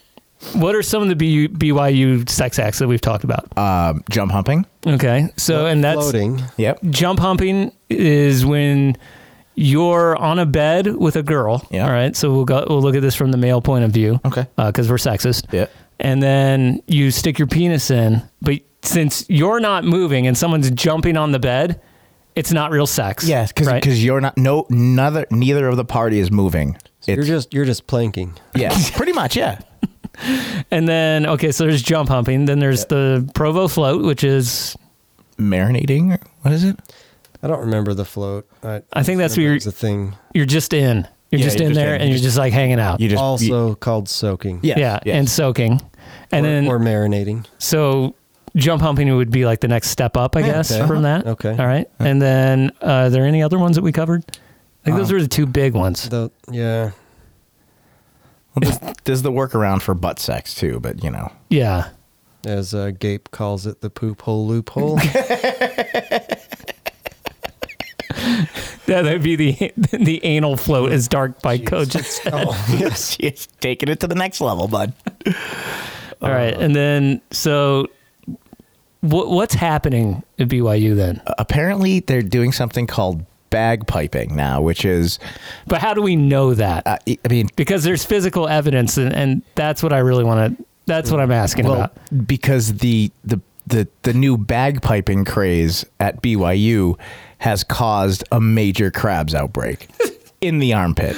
A: What are some of the BU, BYU sex acts that we've talked about?
C: Um, jump humping.
A: Okay, so and that's
B: Floating.
C: Yep.
A: jump humping is when you're on a bed with a girl.
C: Yeah.
A: All right. So we'll go. We'll look at this from the male point of view. Okay. Because we're sexist.
C: Yeah.
A: And then you stick your penis in, but since you're not moving and someone's jumping on the bed, it's not real sex.
C: Yes, because
A: right?
C: you're not no neither neither of the party is moving.
B: You're just you're just planking.
C: Yeah, pretty much. Yeah.
A: And then okay, so there's jump humping. Then there's the Provo float, which is
C: Marinating. What is it?
B: I don't remember the float. I,
A: I think that's
B: remember
A: where
B: it
A: you're-
B: was a thing.
A: you're just in. You're
C: Yeah,
A: just
C: you're
A: in
C: just
A: there,
C: in.
A: and
C: You
A: you're
C: just-
A: just like hanging out.
C: You just
B: also called soaking.
C: Yes,
A: yeah,
C: yes.
A: and soaking, and
B: or,
A: then
B: or marinating.
A: So jump humping would be like the next step up, I guess,
B: okay.
A: from that.
B: Okay.
A: All right. And then uh, are there any other ones that we covered? I think
C: Um,
A: those were the two big ones.
B: The yeah.
C: Well, there's, there's the workaround for butt sex too, but you know.
A: Yeah.
B: As uh, Gape calls it, the poop hole loophole.
A: That would be the the anal float as dark by coach.
B: oh, yes.
C: It's taking it to the next level, bud.
A: All right. And then so what what's happening at BYU then?
C: Apparently, they're doing something called bagpiping now, which is,
A: But how do we know that?
C: uh, I mean,
A: Because there's physical evidence and, and that's what I really want to that's what I'm asking
C: well,
A: about.
C: because the the the the new bagpiping craze at BYU has caused a major crabs outbreak in the armpit.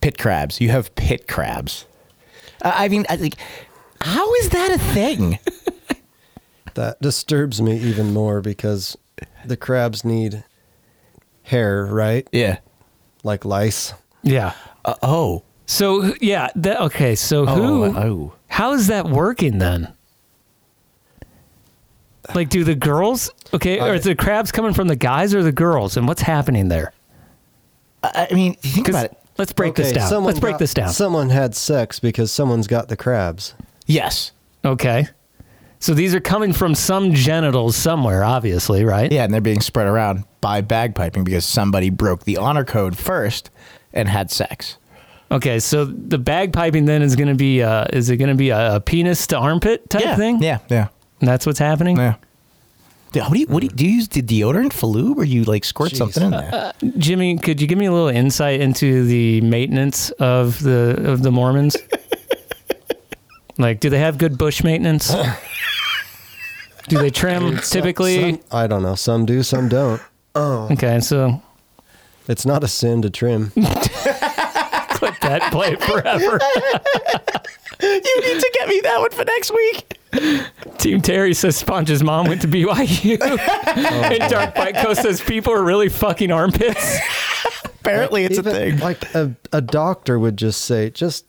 C: Pit crabs. You have pit crabs. Uh, I mean, I think how is that a thing?
B: That disturbs me even more because the crabs need hair, right?
C: yeah.
B: Like lice.
A: Yeah.
C: Uh, oh.
A: So yeah, that okay, so who
C: Oh, oh.
A: How is that working then? Like, do the girls okay? Are the crabs coming from the guys or the girls? And what's happening there?
C: I I mean, think
A: 'Cause
C: about it.
A: let's break this down. Let's break
B: got-
A: this down.
B: Someone had sex because someone's got the crabs.
C: Yes.
A: okay, so these are coming from some genitals somewhere, obviously, right?
C: Yeah, and they're being spread around by bagpiping because somebody broke the honor code first and had sex.
A: Okay, so the bagpiping then is going to be uh, is it going to be a, a penis to armpit type
C: yeah.
A: thing?
C: Yeah. Yeah.
A: and that's what's happening.
C: Yeah. Dude, What do you, what do you, do you use the deodorant for lube or you like squirt
B: Jeez.
C: something in there?
A: Jimmy, could you give me a little insight into the maintenance of the of the Mormons? like, do they have good bush maintenance? do they trim typically?
B: Some- I don't know. Some do, some don't.
A: okay, so
B: It's not a sin to trim.
A: click that play it forever.
C: you need to get me that one for next week.
A: Team Terry says Sponge's mom went to BYU, and Dark Bike Coast says people are really fucking armpits.
C: Apparently, it's
B: Even,
C: a thing.
B: Like a, a doctor would just say, just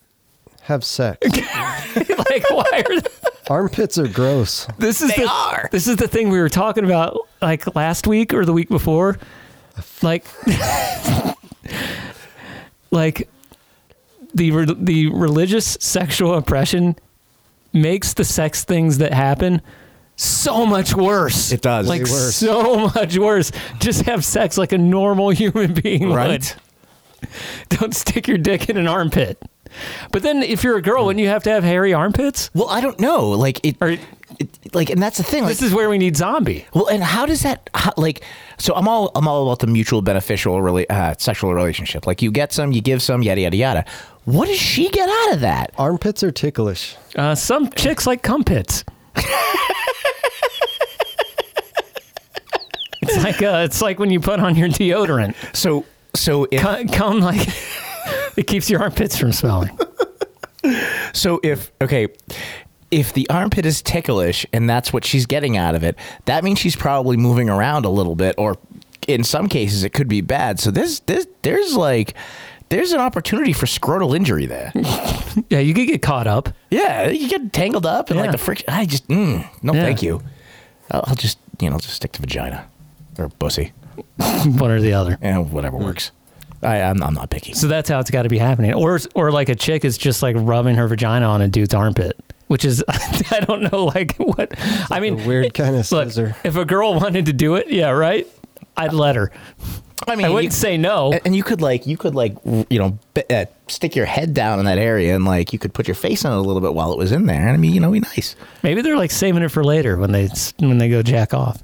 B: have sex.
A: like, why are
B: Armpits are gross.
A: this is
C: They
A: the,
C: are.
A: This is the thing we were talking about like last week or the week before. Like like the re- the religious sexual oppression makes the sex things that happen so much worse.
C: It does.
A: Like
C: Way
B: worse.
A: so much worse. Just have sex like a normal human being
C: Right.
A: would. Don't stick your dick in an armpit. But then, if you're a girl, wouldn't you have to have hairy armpits?
C: Well, I don't know. Like it, like, and that's the thing.
A: this is where we need zombie.
C: Well, and how does that how, like? So I'm all I'm all about the mutual beneficial really uh, sexual relationship. Like you get some, you give some, yada yada yada. What does she get out of that?
B: Armpits are ticklish.
A: Uh, some chicks like cum pits. it's like uh, it's like when you put on your deodorant.
C: So so if,
A: cum, cum like it keeps your armpits from smelling.
C: So if okay, if the armpit is ticklish and that's what she's getting out of it, that means she's probably moving around a little bit, or in some cases it could be bad. So there's there's there's like there's an opportunity for scrotal injury there.
A: yeah, you could get caught up.
C: Yeah, you get tangled up and like
A: Yeah.
C: the friction. I just mm, no,
A: Yeah.
C: thank you. I'll, I'll just you know I'll just stick to vagina or pussy,
A: One or the other.
C: yeah,
A: Hmm.
C: whatever works. I I'm, I'm not picky.
A: So that's how it's got to be happening. Or or like a chick is just like rubbing her vagina on a dude's armpit, which is I don't know like what. I mean,
B: Weird kind of
A: look,
B: scissor.
A: if a girl wanted to do it, yeah, right. I'd let her.
C: I mean,
A: I wouldn't
C: you-
A: say no.
C: And you could like you could like you know b- uh, stick your head down in that area and like you could put your face on it a little bit while it was in there. And I mean, you know, be nice.
A: Maybe they're like saving it for later when they when they go jack off.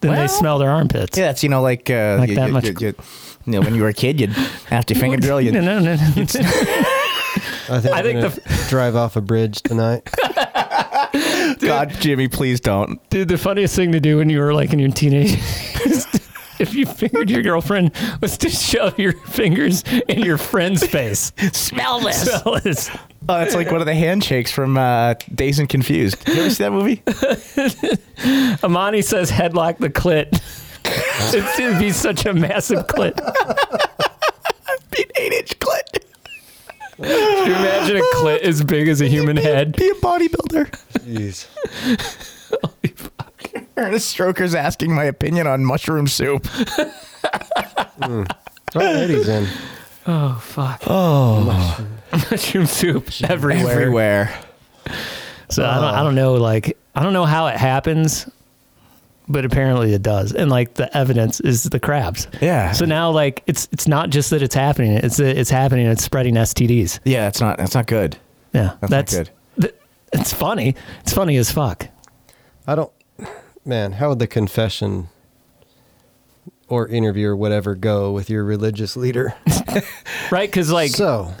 A: Then they
C: Well-
A: smell their armpits.
C: Yeah, it's you know like uh,
A: Like
C: you,
A: that
C: you-
A: much-
C: You, you- you know, when you were a kid, you'd after finger drill, you'd
A: No, no, no, no.
B: I think,
A: I
B: I
A: think
B: think the drive off a bridge tonight.
C: God, Jimmy, please don't.
A: Dude, the funniest thing to do when you were like in your teenage is to- if you fingered your girlfriend was to shove your fingers in your friend's face.
C: Smell this.
A: Smell this.
C: Oh, that's like one of the handshakes from uh, Days and Confused. You ever see that movie?
A: Amani says headlock the clit. it's going to be such a massive clit.
C: Be an eight-inch clit.
A: Can you imagine a clit as big as a human head?
C: Be a bodybuilder.
B: Jeez.
C: Ernest Stroker's asking my opinion on mushroom soup.
B: Oh, Eddie's in.
A: Oh, fuck.
C: Oh,
A: Mushroom soup everywhere.
C: everywhere.
A: So I, don't, I don't know, like, I don't know how it happens, but apparently it does. And, like, the evidence is the crabs.
C: Yeah.
A: So now, like, it's it's not just that it's happening; it's that it's happening. and It's spreading STDs.
C: yeah, that's not that's not good.
A: Yeah,
C: That's not good.
A: th- it's funny. It's funny as fuck.
B: I don't. Man, how would the confession or interview or whatever go with your religious leader?
A: Right? Because like,
B: so.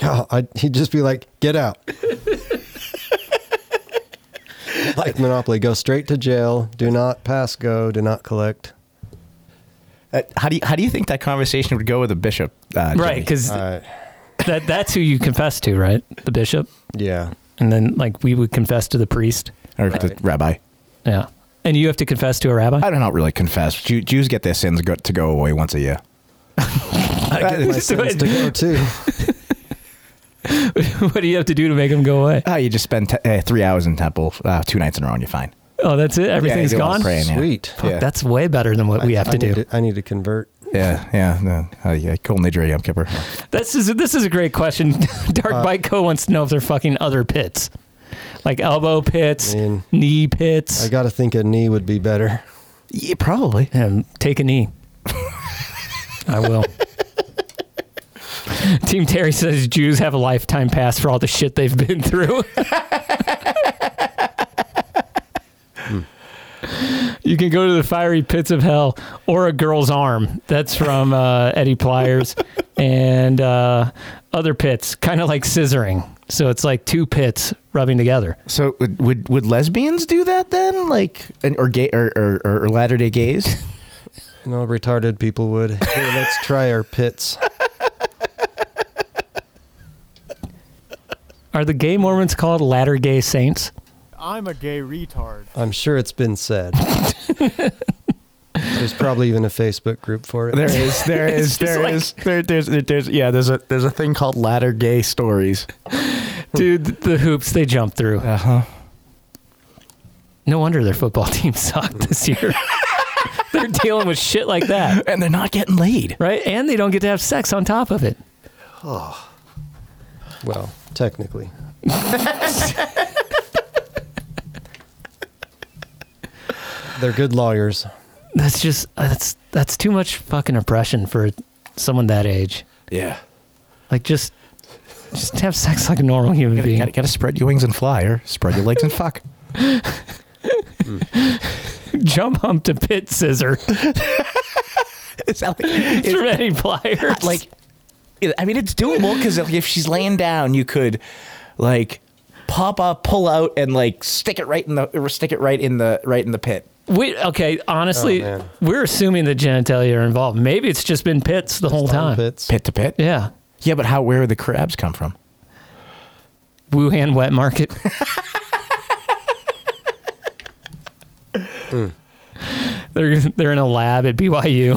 B: God, I, he'd just be like, "Get out." like Monopoly, go straight to jail. Do not pass go. Do not collect.
C: Uh, how do you how do you think that conversation would go with a bishop? Uh,
A: right?
C: Jimmy?
A: Because
B: Uh,
A: that that's who you confess to, right? The bishop,
B: yeah,
A: and then like we would confess to the priest.
C: or the rabbi.
A: Yeah, and you have to confess to a rabbi.
C: I don't really confess. Jew- Jews get their sins go- to go away once a year.
B: my sins to go too.
A: what do you have to do to make him go away?
C: Oh, you just spend t- uh, three hours in temple, uh, two nights in a row, and you're fine.
A: Oh, that's it. Everything's
C: do a lot of
A: gone.
C: praying. Yeah.
B: Sweet.
A: Fuck,
C: Yeah.
A: That's way better than what we have to
B: I need
A: do.
B: I need to convert.
C: Yeah, yeah, no, uh, yeah. Kol Nidre Yom Kippur.
A: This is this is a great question. Dark
B: Uh,
A: Bike Co wants to know if they're fucking other pits, like elbow pits,
B: Man.
A: knee pits,
B: I got to think a knee would be better.
C: Yeah, probably.
A: and take a knee. I will. Team Terry says Jews have a lifetime pass for all the shit they've been through.
C: Hmm.
A: You can go to the fiery pits of hell or a girl's arm. That's from uh, Eddie Pliers and uh, other pits, kind of like scissoring. So it's like two pits rubbing together.
C: So would, would would lesbians do that then, like, and, or gay or or, or Latter Day Gays?
B: No, retarded people would. Here, let's try our pits.
A: Are the gay Mormons called latter gay saints?
I: I'm a gay retard.
B: I'm sure it's been said. There's probably even a Facebook group for it.
C: There is, there is, there is, there, there's, there's, yeah, there's a there's a thing called Latter Gay Stories.
A: Dude, the hoops they jump through. Uh
C: Uh-huh.
A: huh. No wonder their football team sucked this year. They're dealing with shit like that,
C: and they're not getting laid.
A: right? And they don't get to have sex on top of it.
B: Well, technically. They're good lawyers.
A: uh, That's just that's that's too much fucking oppression for someone that age.
C: Yeah.
A: Like just just have sex like a normal human being.
C: Gotta, gotta spread your wings and fly, or spread your legs and fuck.
A: Jump hump to pit scissor.
C: It's not like,
A: it's
C: it's-
A: many pliers.
C: like I mean, it's doable because like, if she's laying down, you could like pop up, pull out, and like stick it right in the or stick it right in the right in the pit.
A: we okay, honestly,
C: Oh, man.
A: we're assuming that genitalia are involved. Maybe it's just been pits the whole time.
B: Pits.
C: Pit to pit.
A: Yeah.
C: Yeah, but how? Where would the crabs come from?
A: Wuhan wet market. They're they're in a lab at BYU.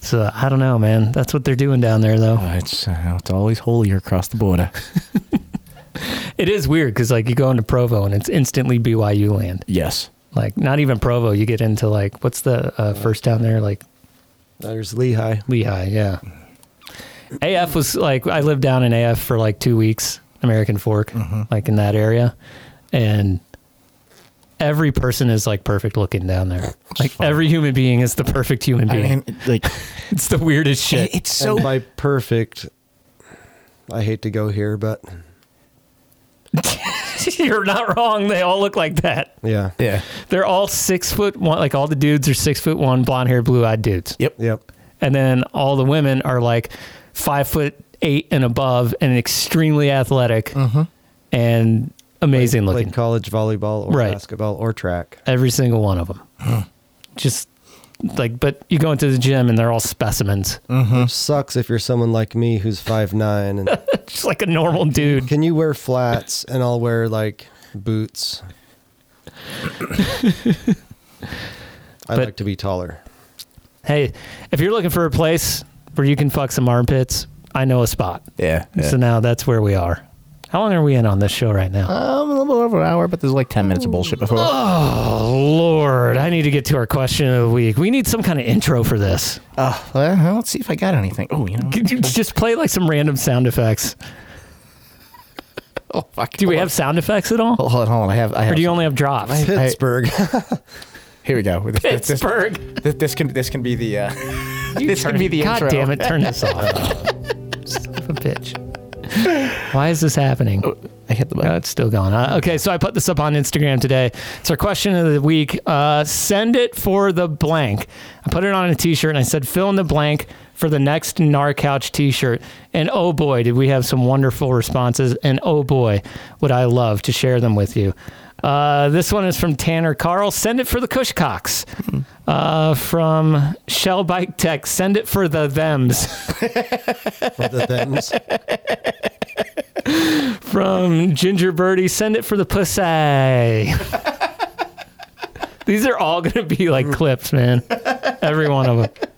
A: So I don't know, man. That's what they're doing down there, though.
C: it's uh, it's always holier across the border.
A: It is weird because like you go into Provo and it's instantly BYU land.
C: Yes.
A: Like not even Provo, you get into like what's the uh, first down there like
B: There's Lehigh.
A: Lehigh, yeah. AF was like I lived down in AF for like two weeks, American Fork, like in that area, and every person is like perfect looking down there. Like every human being is the perfect human being.
C: like
A: it's the weirdest shit.
C: it's
B: and by perfect. I hate to go here, but
A: You're not wrong. They all look like that.
B: yeah,
C: yeah,
A: They're all six foot one. Like all the dudes are six foot one, blonde hair, blue eyed dudes.
C: Yep.
B: yep.
A: and then all the women are like five foot eight and above and extremely athletic and amazing looking
B: Played college volleyball or
A: Right.
B: basketball or track.
A: every single one of them just like but you go into the gym and they're all specimens
B: Which sucks if you're someone like me who's five nine and
A: just like a normal dude
B: can you wear flats and I'll wear like boots. I
A: But-
B: like to be taller.
A: hey if you're looking for a place where you can fuck some armpits i know a spot
C: Yeah. yeah.
A: so now that's where we are how long are we in on this show right now
C: Um, a little over an hour, but there's like ten minutes of bullshit before.
A: oh lord i need to get to our question of the week we need some kind of intro for this
C: Uh, well, let's see if I got anything. Oh, you know.
A: Could you just play like some random sound effects?
C: Oh fuck.
A: Do we have sound effects at all?
C: Hold on, hold on. I have. I
A: Or
C: have.
A: do you only have drops?
B: Pittsburgh.
C: Here we go. This, this- this-
A: Pittsburgh.
C: This, this can this can be the uh, this
A: Turn-
C: can be the
A: God
C: intro.
A: damn it, turn this off. Son of a bitch. Why is this
C: Uh,
A: happening?
C: I hit the
A: Oh,
C: button.
A: it's still going. Uh, okay, so I put this up on Instagram today. It's our question of the week. Uh, send it for the blank. I put it on a T-shirt and I said, "Fill in the blank for the next Nar Couch T-shirt." And oh boy, did we have some wonderful responses! And oh boy, would I love to share them with you. Uh, this one is from Tanner Carl. Send it for the Cushcocks. Uh, from Shell Bike Tech. Send it for the Thems.
B: for the thems.
A: from Ginger Birdie. Send it for the pussy. These are all going to be like clips, man. Every one of them.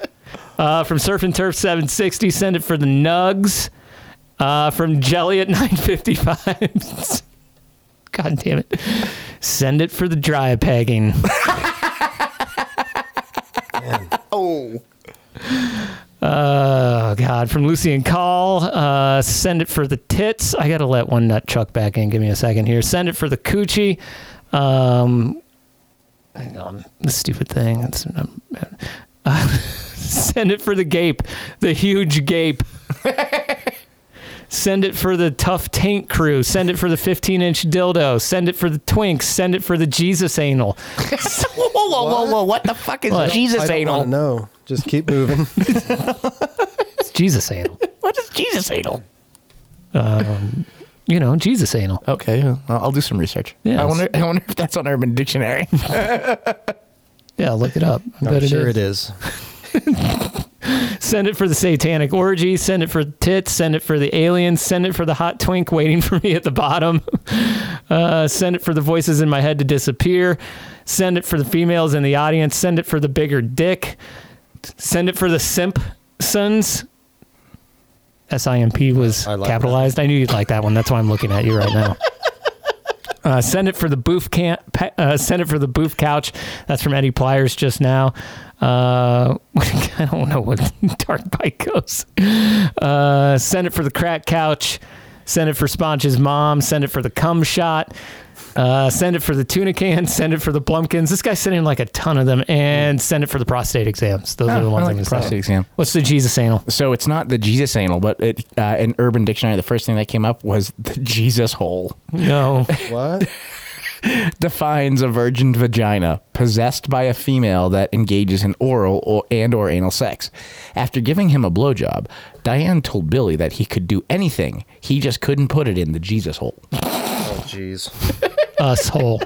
A: Uh, from Surf and Turf 760. Send it for the nugs. Uh, from Jelly at 955. God damn it. Send it for the dry pegging.
C: Oh,
A: Oh God! From Lucy and Call, uh, send it for the tits. I gotta let one nut chuck back in. Give me a second here. Send it for the coochie. Um, hang on, this stupid thing. It's, I'm- uh, send it for the gape, the huge gape. send it for the tough taint crew. Send it for the 15 inch dildo. Send it for the twinks. Send it for the Jesus anal.
C: whoa, whoa, whoa, whoa! What the fuck is
A: What?
C: Jesus
B: I don't
C: anal?
B: want to know. Just keep moving.
A: It's Jesus anal.
C: What is Jesus anal?
A: You know, Jesus anal.
C: Okay, well, I'll do some research.
A: Yeah,
C: I
A: it's-
C: wonder. I wonder if that's on Urban Dictionary.
A: Yeah, look it up. I
B: I'm
A: bet
B: sure
A: is.
B: it is.
A: Send it for the satanic orgy. Send it for tits. Send it for the aliens. Send it for the hot twink waiting for me at the bottom. Uh, send it for the voices in my head to disappear. Send it for the females in the audience. Send it for the bigger dick. Send it for the Simpsons. S I M P was
B: I like that.
A: capitalized. I knew you'd like that one. That's why I'm looking at you right now. Uh, send it for the booth camp. Uh, send it for the booth couch. That's from Eddie Pliers just now. Uh, I don't know what dark bike goes. Uh, send it for the crack couch. Send it for Sponge's mom. Send it for the cum shot. Uh, send it for the tuna can. Send it for the plumpkins. This guy sent in like a ton of them, and send it for the prostate exams. Those are the
C: Oh,
A: ones
C: I
A: I
C: like
A: can
C: the
A: send.
C: prostate exam.
A: What's the Jesus anal?
C: So it's not the Jesus anal, but it, uh, in Urban Dictionary, the first thing that came up was the Jesus hole.
A: No.
B: What?
C: Defines a virgin vagina possessed by a female that engages in oral or, and or anal sex. After giving him a blowjob, Diane told Billy that he could do anything. He just couldn't put it in the Jesus hole.
N: Oh, jeez.
A: Us hole.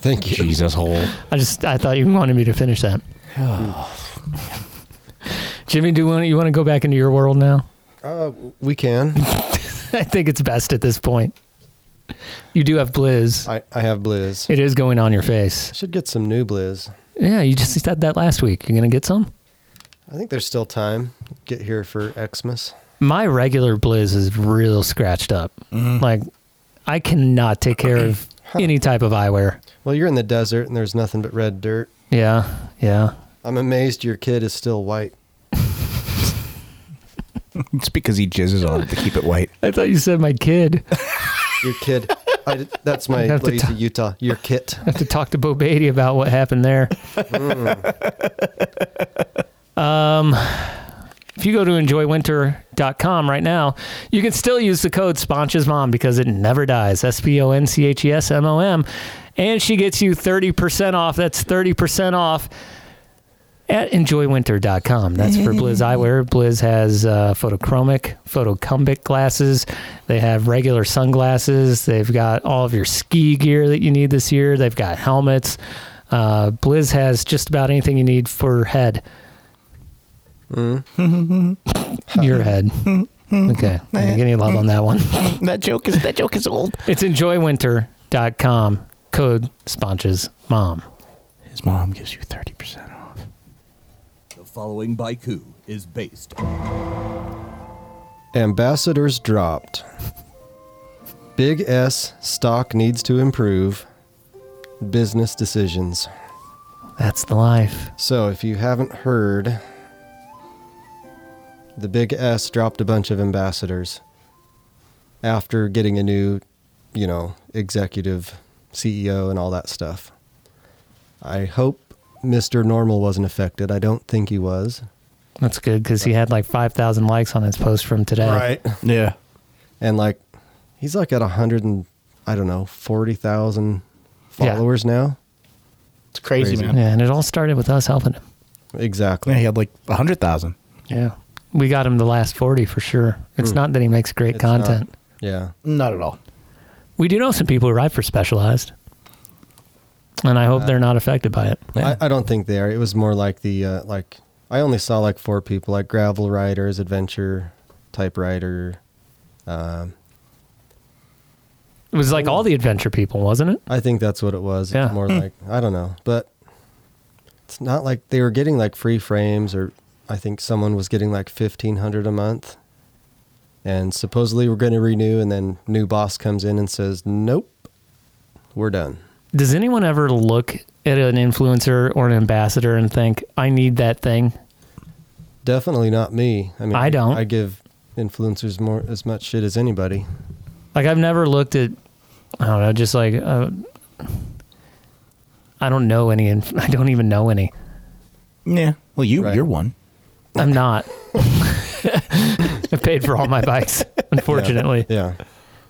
C: Thank you. Jesus hole.
A: I just I thought you wanted me to finish that. Jimmy, do you want you want to go back into your world now?
B: Uh, we can.
A: I think it's best at this point. You do have blizz.
B: I, I have blizz.
A: It is going on your face.
B: Should get some new blizz.
A: Yeah, you just said that last week. You gonna get some?
B: I think there's still time. Get here for Xmas.
A: My regular blizz is real scratched up. Like I cannot take care of any type of eyewear.
B: Well, you're in the desert and there's nothing but red dirt.
A: Yeah, yeah.
B: I'm amazed your kid is still white.
C: It's because he jizzes on it to keep it white.
A: I thought you said my kid.
B: Your kid. I d that's
A: I
B: my
A: have to
B: lazy
A: ta-
B: Utah. Your kit.
A: I have to talk to Bo Beatty about what happened there. um, if you go to enjoywinter.com right now, you can still use the code SponchesMom because it never dies. S P O N C H E S M O M. And she gets you 30% off. That's 30% off at enjoywinter.com. That's for Blizz Eyewear. Blizz has uh, photochromic, photocumbic glasses. They have regular sunglasses. They've got all of your ski gear that you need this year. They've got helmets. Uh, Blizz has just about anything you need for head. your head. Okay. I didn't get any love on that one.
C: that joke is that joke is old.
A: It's enjoywinter.com. Code sponges mom.
C: His mom gives you thirty percent off.
O: The following Baiku is based
B: Ambassadors dropped. Big S stock needs to improve. Business decisions.
A: That's the life.
B: So, if you haven't heard, the Big S dropped a bunch of ambassadors after getting a new, you know, executive, CEO, and all that stuff. I hope Mr. Normal wasn't affected. I don't think he was.
A: That's good because he had like 5,000 likes on his post from today.
C: Yeah.
B: And like, he's like at a hundred and I don't know forty thousand
A: Yeah.
B: followers now.
C: It's crazy, man.
A: Yeah, and it all started with us helping him.
B: Exactly.
C: Yeah, he had like a hundred thousand.
A: Yeah. We got him the last 40 for sure. It's
C: Hmm.
A: not that he makes great content.
B: Yeah.
C: Not at all.
A: We do know some people who write for Specialized, and I hope they're not affected by it.
B: I, I don't think they are. It was more like the uh, like I only saw like four people like gravel riders, adventure typewriter. Um,
A: It was like all the adventure people, wasn't it?
B: I think that's what it was.
A: Yeah.
B: It's more
A: Hmm.
B: like I don't know, but it's not like they were getting like free frames or I think someone was getting like 1500 a month. And supposedly we're going to renew and then new boss comes in and says, "Nope. We're done."
A: Does anyone ever look at an influencer or an ambassador and think, I need that thing?
B: Definitely not me. I mean,
A: I don't.
B: I give influencers more as much shit as anybody.
A: Like, I've never looked at, I don't know, just like, uh, I don't know any, inf- I don't even know any.
C: Yeah. Well, you you're one.
A: I'm not. I paid for all my bikes, unfortunately.
B: Yeah.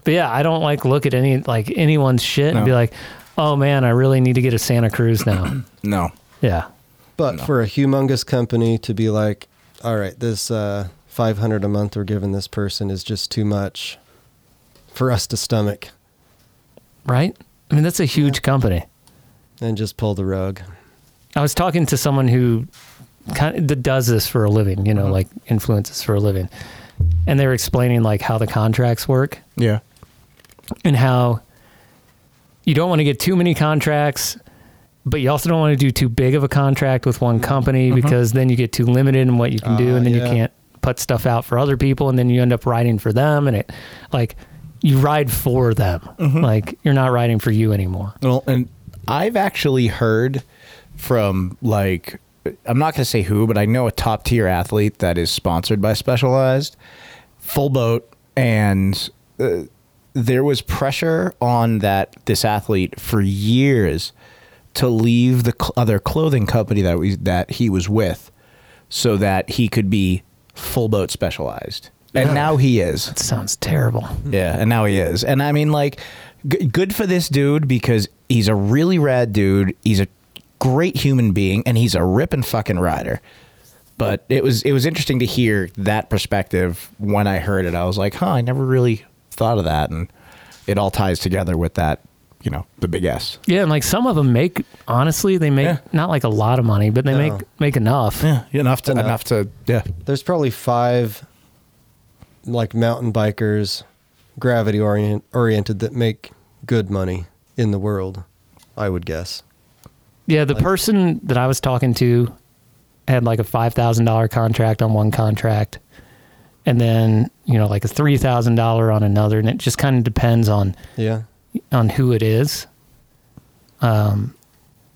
A: But yeah, I don't like look at any like anyone's shit and
C: No.
A: be like, "Oh man, I really need to get a Santa Cruz now."
C: No.
A: yeah.
B: But for a humongous company to be like, all right, this uh, 500 a month we're giving this person is just too much for us to stomach
A: Right? I mean, that's a huge company.
B: and just pull the rug.
A: I was talking to someone who kind of that does this for a living, you know, like influences for a living. And they were explaining like how the contracts work.
C: Yeah.
A: and how you don't want to get too many contracts, but you also don't want to do too big of a contract with one company because then you get too limited in what you can do,
B: Mm-hmm. Ah,
A: and then you
B: yeah.
A: can't put stuff out for other people, and then you end up writing for them, and it like you ride for them,
B: Mm-hmm.
A: like you're not writing for you anymore.
C: Well, and I've actually heard from like I'm not going to say who, but I know a top tier athlete that is sponsored by Specialized, full boat, and uh, there was pressure on that this athlete for years to leave the cl- other clothing company that we that he was with, so that he could be full boat specialized. And
A: Yeah.
C: now he is.
A: That sounds terrible.
C: Yeah, and now he is. And I mean, like, g- good for this dude because he's a really rad dude. He's a great human being, and he's a ripping fucking rider. But it was it was interesting to hear that perspective when I heard it. I was like, huh, I never really thought of that, and it all ties together with that, you know, the big S.
A: Yeah, and like some of them make honestly, they make not like a lot of money, but they
B: No.
A: make make enough. Yeah,
C: enough to
B: enough
C: to yeah.
B: There's probably five like mountain bikers, gravity orient, oriented that make good money in the world. I would guess.
A: Yeah, the person that I was talking to had like a five thousand dollar contract on one contract, and then you know like a three thousand dollar on another, and it just kind of depends on
B: Yeah.
A: on who it is. Um,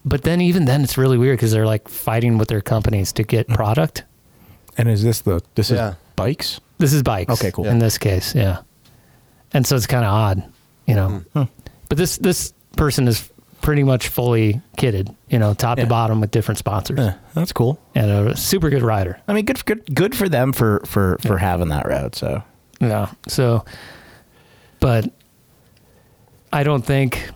A: but then even then, it's really weird because they're like fighting with their companies to
C: Mm-hmm.
A: get product.
C: And is this the this
A: Yeah.
C: is bikes?
A: This is bikes.
C: Okay, cool.
A: In this case, yeah. And so it's kind of odd, you know.
C: Hmm.
A: But this this person is pretty much fully kitted, you know, top to bottom with different sponsors.
C: Yeah, that's cool.
A: And a super good rider.
C: I mean, good good good for them for for for having that route. So
A: Yeah. So, but I don't think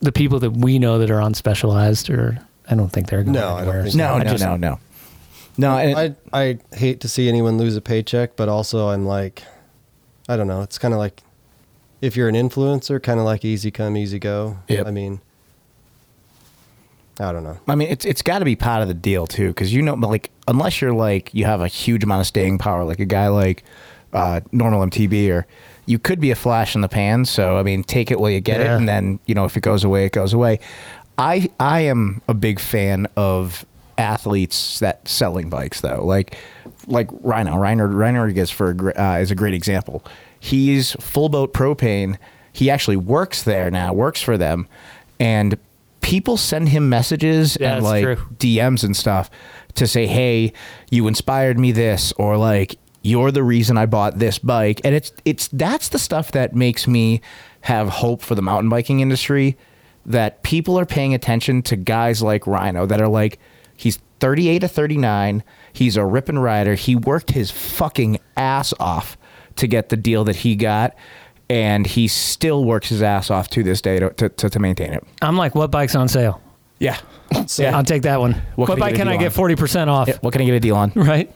A: the people that we know that are on specialized or I don't think they're going
B: No, I
A: anywhere.
B: don't think
A: I just-
C: no. No,
B: I I hate to see anyone lose a paycheck, but also I'm like, I don't know. It's kind of like if you're an influencer, kind of like easy come, easy go.
C: Yep.
B: I mean, I don't know.
C: I mean, it's it's got to be part of the deal too, because you know, but like unless you're like you have a huge amount of staying power, like a guy like uh, normal MTB, or you could be a flash in the pan. So I mean, take it while you get
A: Yeah.
C: it, and then you know if it goes away, it goes away. I I am a big fan of athletes that selling bikes though, like like Rhino. Reiner Reiner gets for a, gr- uh, is a great example. He's full boat propane. He actually works there now, works for them, and people send him messages
A: Yeah,
C: and
A: that's
C: like
A: true.
C: DMs and stuff to say, "Hey, you inspired me this," or like, "You're the reason I bought this bike." And it's it's that's the stuff that makes me have hope for the mountain biking industry that people are paying attention to guys like Rhino that are like he's 38 to 39, he's a ripping rider, he worked his fucking ass off to get the deal that he got. And he still works his ass off to this day to, to, to, to maintain it.
A: I'm like, what bike's on sale?
C: Yeah.
A: I'll take that one. What,
C: can I
A: bike
C: get a
A: can I
C: deal
A: get
C: on?
A: forty percent off?
C: Yeah, what can I get a deal on?
A: Right.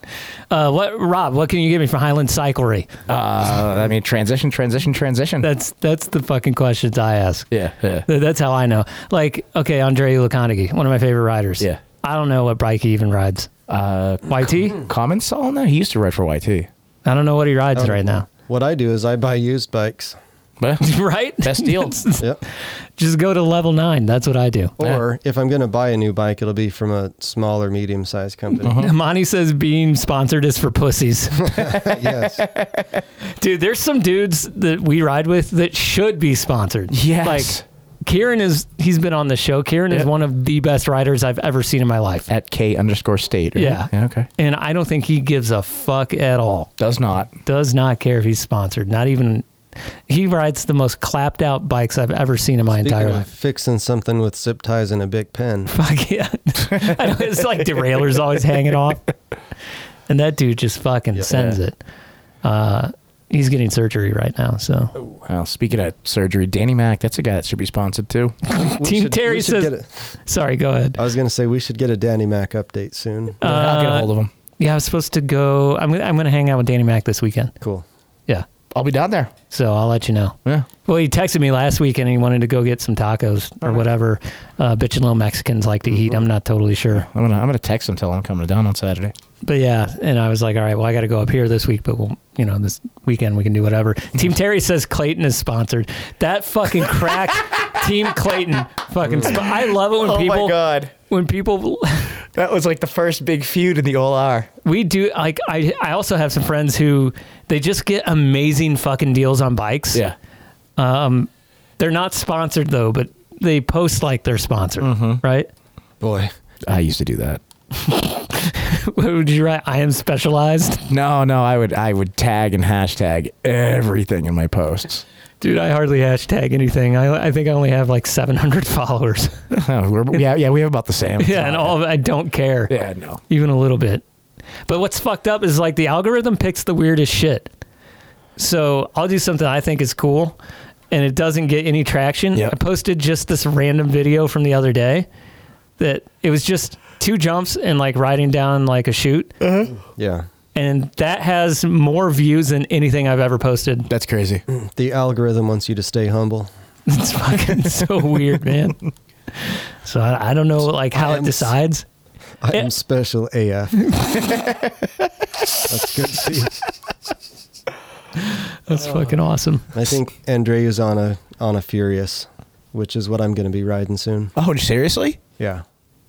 A: Uh, what Rob? What can you give me for Highland Cyclery?
C: Uh, I mean, transition, transition, transition.
A: That's that's the fucking questions I ask.
C: Yeah, yeah.
A: Th- That's how I know. Like, okay, Andre Laconigi, one of my favorite riders.
C: Yeah.
A: I don't know what bike he even rides.
C: Uh,
A: YT?
C: Common Sol? No, he used to ride for YT.
A: I don't know what he rides
B: Oh.
A: right now.
B: What I do is I buy used bikes,
A: right?
C: Best deal.
B: Yep.
A: Just go to level nine. That's what I do.
B: or if I'm going to buy a new bike, it'll be from a small or medium sized company.
A: Monty says being sponsored is for pussies.
B: yes.
A: Dude, there's some dudes that we ride with that should be sponsored.
C: Yes.
A: Like Kieran is he's been on the show. Kieran is
C: Yeah.
A: one of the best riders I've ever seen in my life.
C: At K underscore state. right?
A: Yeah.
C: Okay.
A: And I don't think he gives a fuck at all.
C: Does not.
A: Does not care if he's sponsored. Not even he rides the most clapped out bikes I've ever seen in my entire
B: Speaking of
A: life.
B: fixing something with zip ties and a big pen.
A: Fuck yeah. I know, it's like derailleurs always hanging off. And that dude just fucking sends it. Uh, he's getting surgery right now, so
C: Well, speaking of surgery, Danny Mac, that's a guy that should be sponsored too.
B: We
A: Team
B: should-
A: Terry
B: we should
A: says-
B: get a-
A: Sorry, go ahead.
B: I was going to say we should get a Danny Mac update soon.
A: Uh,
C: I'll get a hold of him.
A: Yeah, I was supposed to go. I'm gonna, I'm going to hang out with Danny Mac this weekend.
B: Cool.
A: Yeah,
C: I'll be down there.
A: so I'll let you know.
C: Yeah.
A: Well, he texted me last week and he wanted to go get some tacos or whatever. Uh, bitchin' little Mexicans like to eat. I'm not totally sure,
C: I'm gonna I'm gonna text him till I'm coming down on Saturday.
A: but yeah. And I was like, all right, well, I got to go up here this week, but we'll, you know, this weekend we can do whatever.
C: Mm-hmm.
A: Team Terry says Clayton is sponsored. That fucking crack. Team Clayton, fucking. Sp- I love it when people.
C: Oh god.
A: When people
C: That was like the first big feud in the OLR.
A: We do like I I also have some friends who they just get amazing fucking deals on bikes.
C: Yeah.
A: Um they're not sponsored though, but they
C: Mm-hmm.
A: post like they're sponsored, right?
B: Boy,
C: I used to do that.
A: would you write? I am specialized.
C: No, no, I would I would tag and hashtag everything in my posts.
A: Dude, I hardly hashtag anything. I, I think I only have like 700 followers.
C: Oh, yeah, yeah, we have about the same.
A: Yeah, and all of it, I don't care.
C: Yeah, no.
A: Even a little bit. But what's fucked up is like the algorithm picks the weirdest shit. So I'll do something I think is cool and it doesn't get any traction.
C: Yep.
A: I posted just this random video from the other day that it was just two jumps and like riding down like a chute.
B: Yeah.
A: And that has more views than anything I've ever posted.
C: That's crazy.
B: The algorithm wants you to stay humble.
A: It's fucking so weird, man. So I, I don't know like how it decides.
B: I am special AF. That's good to see.
A: That's fucking awesome.
B: I think Andreu's on a on a Furious, which is what I'm going to be riding soon.
C: Oh, seriously?
B: Yeah.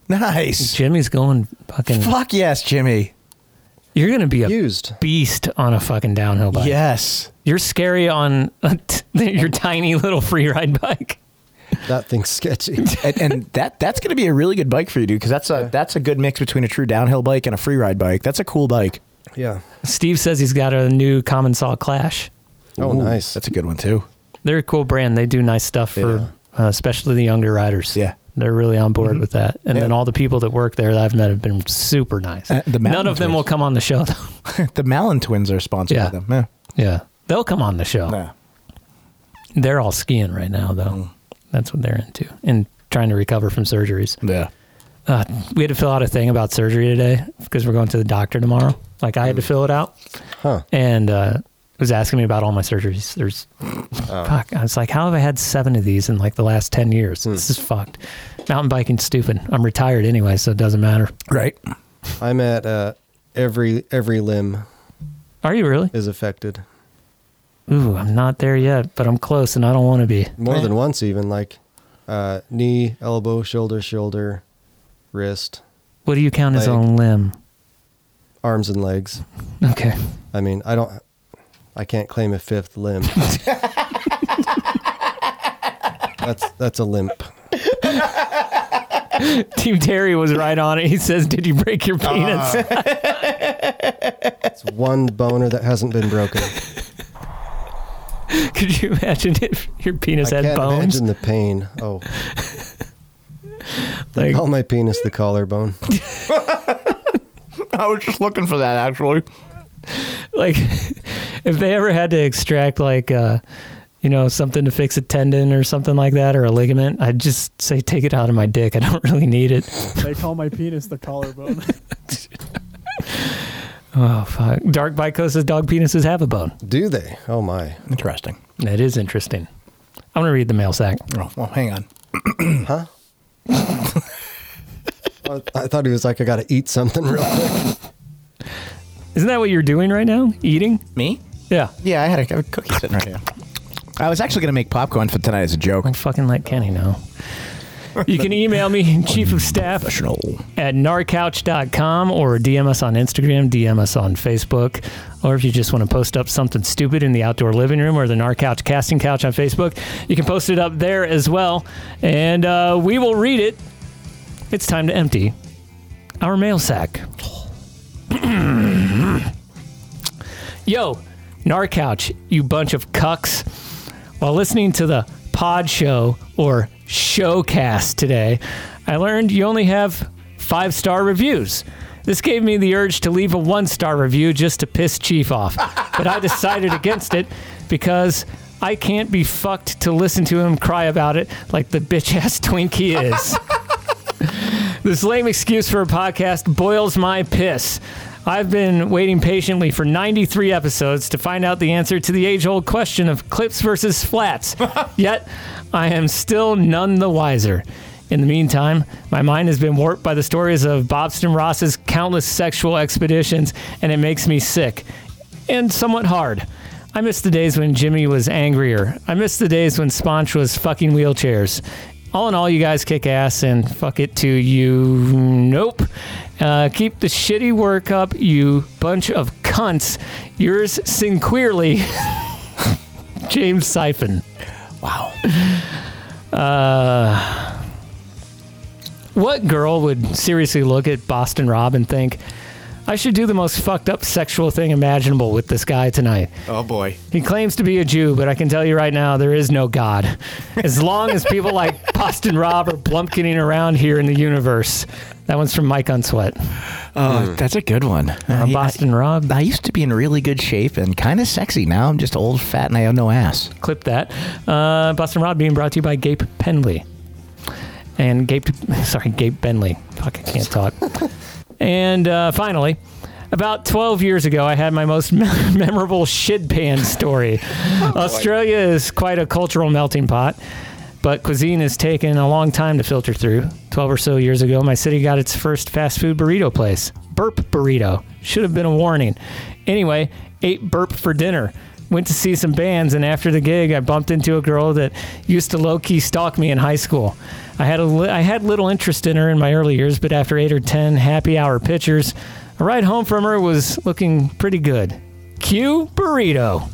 C: Nice.
A: Jimmy's going fucking.
C: Fuck yes, Jimmy.
A: You're gonna be a
B: used
A: beast on a fucking downhill bike.
C: Yes.
A: You're scary on a t- your tiny little free ride bike.
B: That thing's sketchy.
C: and, and that that's going to be a really good bike for you, dude, because that's a that's a good mix between a true downhill bike and a free ride bike. That's a cool bike.
B: Yeah.
A: Steve says he's got a new Common Saw Clash.
B: Oh,
C: Ooh,
B: nice.
C: That's a good one too.
A: They're a cool brand. They do nice stuff for uh, especially the younger riders.
C: Yeah. Mm-hmm.
A: They're really on board with that. And
C: Yeah.
A: then all the people that work there that I've met have been super nice.
C: Uh, the
A: None
C: Mountain
A: of them
C: Twins.
A: will come on the show, though.
C: the Malin twins are sponsored
A: Yeah.
C: by them. Yeah. Oh.
A: Yeah. They'll come on the show.
C: Yeah.
A: They're all skiing right now, though.
C: Mm.
A: That's what they're into and trying to recover from surgeries.
C: Yeah.
A: Uh, we had to fill out a thing about surgery today because we're going to the doctor tomorrow. Like, I had
C: Mm.
A: to fill it out.
B: Huh.
A: And uh, it was asking me about all my surgeries. There's,
B: Oh.
A: fuck. I was like, how have I had seven of these in like the last 10 years?
B: Hmm.
A: This is fucked. Mountain biking's stupid. I'm retired anyway, so it doesn't matter.
C: Right.
B: I'm at uh, every every limb
A: Are you really?
B: is affected.
A: Ooh, I'm not there yet, but I'm close and I don't want to be.
B: More than once even like uh, knee, elbow, shoulder, shoulder, wrist,
A: What do you count as a
B: Like-
A: limb?
B: arms and legs.
A: Okay.
B: I mean, I don't I can't claim a fifth limb. that's that's a limp.
A: Team Terry was right on it. He says, Did you break your
B: Ah.
A: penis?
B: It's one boner that hasn't been broken.
A: Could you imagine if your penis
B: I
A: had
B: can't
A: bones?
B: imagine the pain. Oh. They
A: Like-
B: call my penis the collarbone.
C: I was just looking for that actually.
A: Like, if they ever had to extract, like, uh, you know, something to fix a tendon or something like that or a ligament, I'd just say, Take it out of my dick. I don't really need it.
I: They call my penis the collarbone.
A: Oh, fuck. Dark Bicos says dog penises have a bone.
B: Do they? Oh my.
C: Interesting.
A: That is interesting. I'm going to read the mail sack.
C: Oh, well, hang on.
B: Huh? I- I thought he was like, I gotta eat something real quick.
A: Isn't that what you're doing right now? Eating?
C: Me?
A: Yeah.
C: Yeah, I had a, I have a cookie sitting right here. I was actually going to make popcorn for tonight as a joke.
A: I fucking let Kenny know. You can email me, Chief of Staff
C: Professional.
A: at narcouch.com or DM us on Instagram, DM us on Facebook, or if you just want to post up something stupid in the outdoor living room or the Narcouch casting couch on Facebook, you can post it up there as well. And uh, we will read it. It's time to empty our mail sack. Yo, Narcouch, you bunch of cucks. While listening to the pod show or showcast today, I learned you only have five star reviews. This gave me the urge to leave a one star review just to piss Chief off, but I decided against it because I can't be fucked to listen to him cry about it like the bitch ass twink he is. This lame excuse for a podcast boils my piss. I've been waiting patiently for 93 episodes to find out the answer to the age old question of clips versus flats. Yet, I am still none the wiser. In the meantime, my mind has been warped by the stories of Bobston Ross's countless sexual expeditions, and it makes me sick and somewhat hard. I miss the days when Jimmy was angrier. I miss the days when Sponge was fucking wheelchairs. All in all, you guys kick ass and fuck it to you. Nope. Uh, keep the shitty work up, you bunch of cunts. Yours sincerely, James Siphon.
C: Wow.
A: Uh, What girl would seriously look at Boston Rob and think, I should do the most fucked up sexual thing imaginable with this guy tonight.
P: Oh boy.
A: He claims to be a Jew, but I can tell you right now, there is no God. As long as people like Boston Rob are blumpkinning around here in the universe. That one's from Mike Unsweat.
C: Oh, that's a good one.
A: Boston Rob.
C: I used to be in really good shape and kind of sexy. Now I'm just old, fat, and I have no ass.
A: Clip that. Uh, Boston Rob being brought to you by Gape Penley. And Gape, sorry, Gape Benley. Fuck, I can't talk. and uh, finally, about 12 years ago, I had my most mem- memorable shit pan story. Australia is quite a cultural melting pot, but cuisine has taken a long time to filter through. 12 or so years ago, my city got its first fast food burrito place, Burp Burrito. Should have been a warning. Anyway, ate burp for dinner. Went to see some bands, and after the gig, I bumped into a girl that used to low key stalk me in high school. I had a li- I had little interest in her in my early years, but after eight or ten happy hour pictures, a ride home from her was looking pretty good. Q burrito.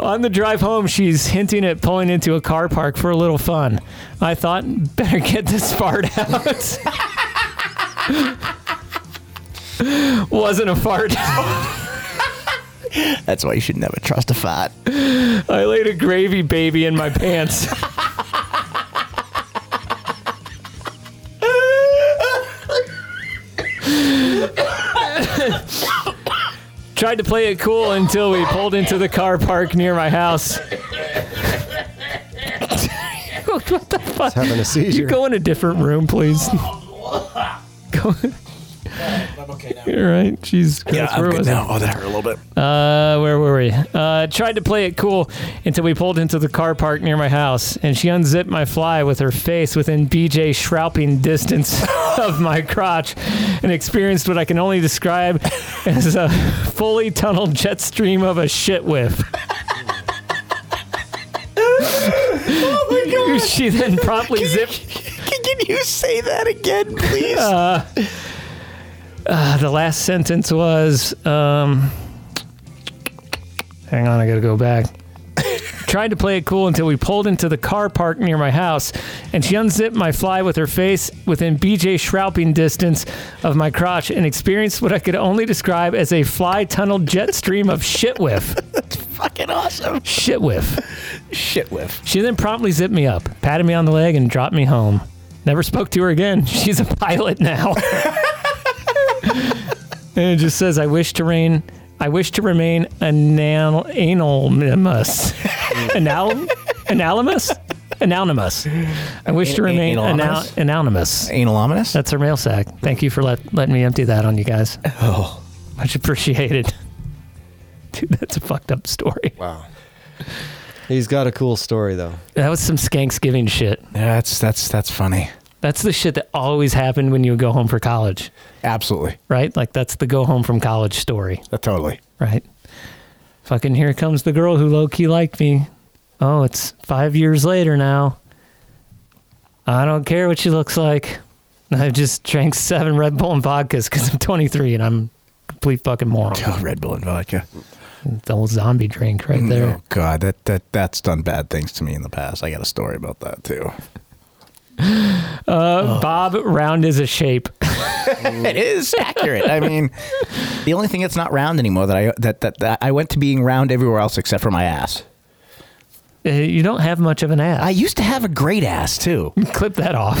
A: On the drive home, she's hinting at pulling into a car park for a little fun. I thought, better get this fart out. Wasn't a fart.
C: That's why you should never trust a fat.
A: I laid a gravy baby in my pants. Tried to play it cool until we pulled into the car park near my house. what the fuck?
B: having a seizure.
A: You go in a different room, please. go. All right, Jesus Christ.
C: Yeah, I'm
A: where
C: good
A: was I?
C: now. Oh, that hurt a little bit.
A: Uh, where were we? Uh, tried to play it cool until we pulled into the car park near my house, and she unzipped my fly with her face within BJ shrouping distance of my crotch, and experienced what I can only describe as a fully tunneled jet stream of a shit whiff.
C: Oh my god.
A: She then promptly zipped.
C: Can, can you say that again, please?
A: Uh, uh, the last sentence was um, hang on, I gotta go back. Tried to play it cool until we pulled into the car park near my house, and she unzipped my fly with her face within BJ shrouping distance of my crotch and experienced what I could only describe as a fly tunneled jet stream of shit whiff.
C: Fucking awesome.
A: Shit whiff.
C: Shit whiff.
A: She then promptly zipped me up, patted me on the leg, and dropped me home. Never spoke to her again. She's a pilot now. and it just says, "I wish to reign. I wish to remain anal- anonymous. anal- anonymous. Anonymous. I wish to
C: An- an-
A: remain anal-
C: anonymous?
A: anonymous.
C: Anonymous.
A: That's her mail sack. Thank you for let- letting me empty that on you guys.
C: Oh,
A: much appreciated. Dude, that's a fucked up story.
B: Wow. He's got a cool story though.
A: That was some skanksgiving shit.
C: Yeah, that's that's that's funny.
A: That's the shit that always happened when you would go home for college,
C: Absolutely.
A: right? Like that's the go home from college story,
C: That Uh, totally.
A: right? Fucking here comes the girl who low key liked me. Oh, it's five years later now. I don't care what she looks like. I just drank seven Red Bull and vodkas because I'm 23 and I'm a complete fucking moron.
C: Oh, Red Bull and vodka.
A: The old zombie drink right there.
C: Oh god, that that that's done bad things to me in the past. I got a story about that too.
A: Uh, Bob, round is a shape.
C: it is accurate. I mean, the only thing that's not round anymore that I that, that that I went to being round everywhere else except for my ass.
A: Uh, You don't have much of an ass.
C: I used to have a great ass too.
A: Clip that off.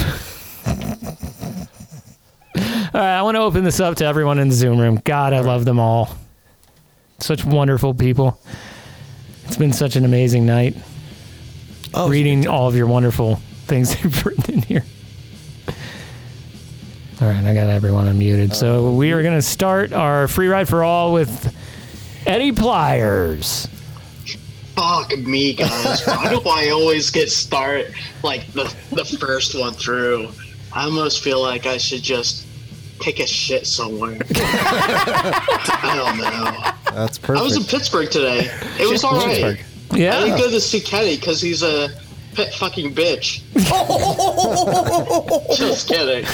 A: all right, I want to open this up to everyone in the Zoom room. God, I love them all. Such wonderful people. It's been such an amazing night. reading all of your wonderful things you've written in here. All right, I got everyone unmuted. So we are going to start our free ride for all with Eddie Pliers.
Q: Fuck me, guys. Why do I always get start like the the first one through? I almost feel like I should just take a shit somewhere. I don't know.
B: That's
Q: I was in
B: perfect.
Q: Pittsburgh today. It was
B: Shit,
Q: all right.
B: Pittsburgh.
A: Yeah.
Q: I didn't go to see Kenny because he's a pet fucking bitch. just kidding.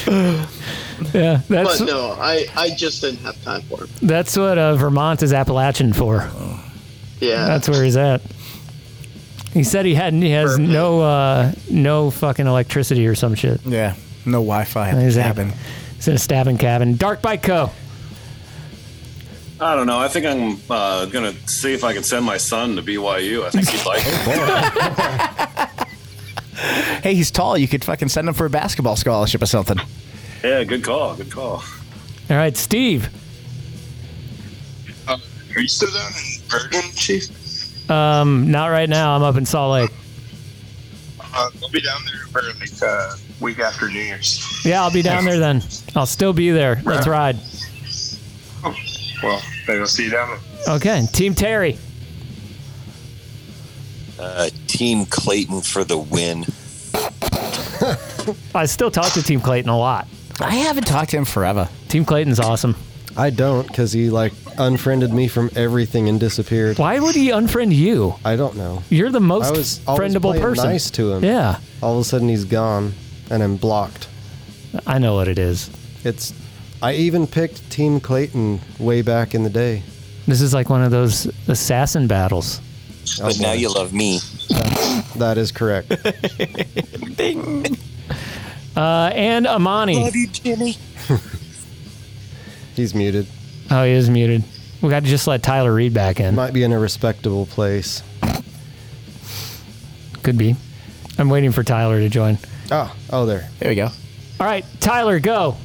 A: Yeah, that's
Q: but no, I, I just didn't have time for him.
A: that's what uh, Vermont is Appalachian for.
Q: Yeah.
A: That's where he's at. He said he hadn't. He has no uh, no fucking electricity or some shit.
C: Yeah. No Wi-Fi. at the
A: Exactly.
C: cabin.
A: It's in a stabbing cabin. Dark by Co.
P: I don't know. I think I'm uh, gonna see if I can send my son to BYU. I think he'd like it.
C: Hey, he's tall. You could fucking send him for a basketball scholarship or something.
P: yeah, good call. Good call.
A: All right, Steve.
R: Uh, are you still down in Bergen, Chief?
A: Um, not right now. I'm up in Salt Lake.
R: Uh, I'll be down there for like uh, week after New Year's.
A: Yeah, I'll be down there then. I'll still be there. Let's ride.
R: Oh, Well, maybe I'll see you down there.
A: Okay, Team Terry.
S: Uh, Team Clayton for the win.
A: I still talk to Team Clayton a lot.
C: I haven't talked to him forever.
A: Team Clayton's awesome.
B: I don't because he like unfriended me from everything and disappeared.
A: Why would he unfriend you?
B: I don't know.
A: You're the most
B: I was always
A: friendable
B: playing
A: person.
B: Nice to him.
A: Yeah,
B: All of a sudden he's gone, and I'm blocked.
A: I know what it is.
B: It's. I even picked Team Clayton way back in the day.
A: this is like one of those assassin battles.
S: But now you love me.
B: That is correct.
A: Uh, and Amani.
S: Love you, Jimmy.
B: He's muted.
A: Oh, he is muted. We got to just let Tyler Reed back in.
B: Might be in a respectable place.
A: Could be. I'm waiting for Tyler to join.
B: Oh, oh, there.
C: There we go.
A: All right, Tyler, go.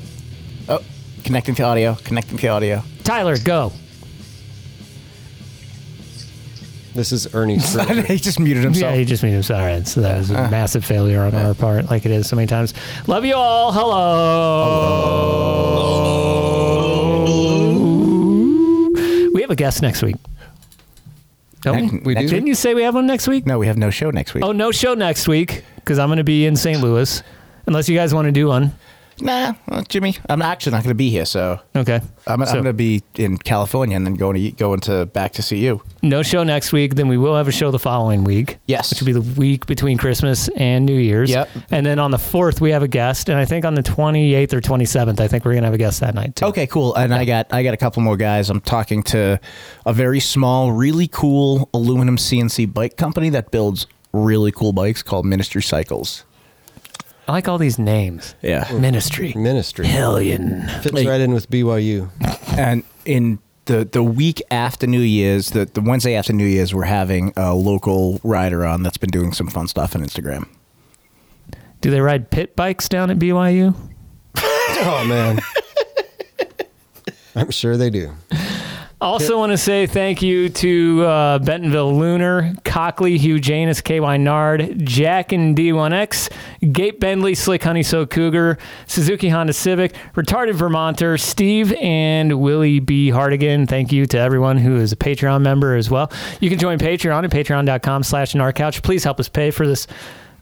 C: Oh, connecting to audio. Connecting to audio.
A: Tyler, go.
B: This is Ernie.
C: he just muted
A: Yeah, Ah.
C: himself.
A: he just muted himself. All right, so that was a
C: Uh.
A: massive failure on our part, like it is so many times. Love you all. Hello. We have a guest next week. Don't we?
C: Next- we do?
A: Didn't you say we have one next week?
C: No, we have no show next week.
A: Oh, no show next week because I'm going to be in St. Louis, unless you guys want to do one.
C: Nah, well, Jimmy, I'm actually not going to be here, so
A: Okay.
C: I'm, I'm
A: So-
C: going to be in California and then going to going to back to see you.
A: No show next week. Then we will have a show the following week.
C: Yes.
A: Which will be the week between Christmas and New Year's.
C: Yep.
A: And then on the 4th, we have a guest. And I think on the 28th or 27th, I think we're going to have a guest that night, too.
C: Okay, cool. And I got I got a couple more guys. I'm talking to a very small, really cool aluminum CNC bike company that builds really cool bikes called Ministry Cycles.
A: I like all these names.
C: Yeah.
A: Ministry.
B: Ministry.
A: Hellion.
B: Fits right in with BYU.
C: And in the, the week after New Year's, the, the Wednesday after New Year's, we're having a local rider on that's been doing some fun stuff on Instagram.
A: Do they ride pit bikes down at BYU?
B: Oh man. I'm sure they do.
A: Also, want to say thank you to uh, Bentonville Lunar, Cockley, Hugh Janus, KY Nard, Jack and D1X, Gabe Bentley, Slick Honey So Cougar, Suzuki Honda Civic, Retarded Vermonter, Steve, and Willie B. Hardigan. Thank you to everyone who is a Patreon member as well. You can join Patreon at patreon.com slash narcouch. Please help us pay for this.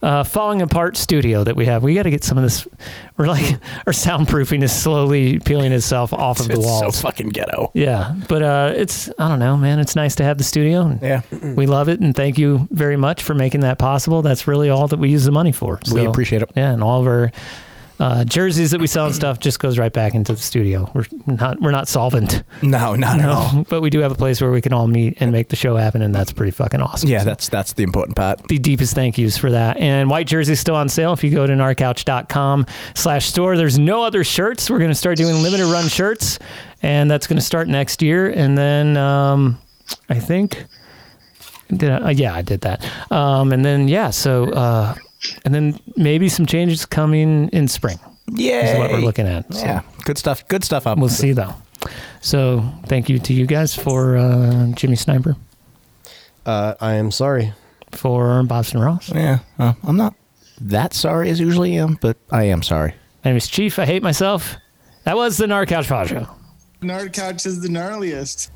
A: Uh, falling apart studio that we have. We got to get some of this. We're like, our soundproofing is slowly peeling itself off of the
C: It's
A: walls.
C: so fucking ghetto.
A: Yeah, but uh, it's I don't know, man. It's nice to have the studio. And
C: Yeah.
A: we love it, and thank you very much for making that possible. That's really all that we use the money for.
C: We appreciate it.
A: Yeah, and all of our uh, jerseys that we sell and stuff just goes right back into the studio. We're not we're not solvent,
C: No, not at all.
A: but we do have a place where we can all meet and make the show happen, and that's pretty fucking awesome.
C: Yeah,
A: So
C: that's that's the important part.
A: the deepest thank yous for that. And white jersey's still on sale if you go to narcouch.com slash store. There's no other shirts. We're going to start doing limited run shirts, and that's going to start next year. And then um, I think, did I, uh, yeah, I did that. Um, and then, yeah, so, uh, and then maybe some changes coming in spring.
C: Yeah,
A: Is what we're looking at. So
C: Yeah, good stuff. Good stuff. Up.
A: We'll see, though. So thank you to you guys for uh, Jimmy Sniper,
B: Uh, I am sorry.
A: for Bobson Ross.
C: Yeah, uh, I'm not that sorry as usually am, but I am sorry.
A: My name is Chief. I hate myself. That was the Narcouch Pod Show.
I: Nerd couch is the gnarliest.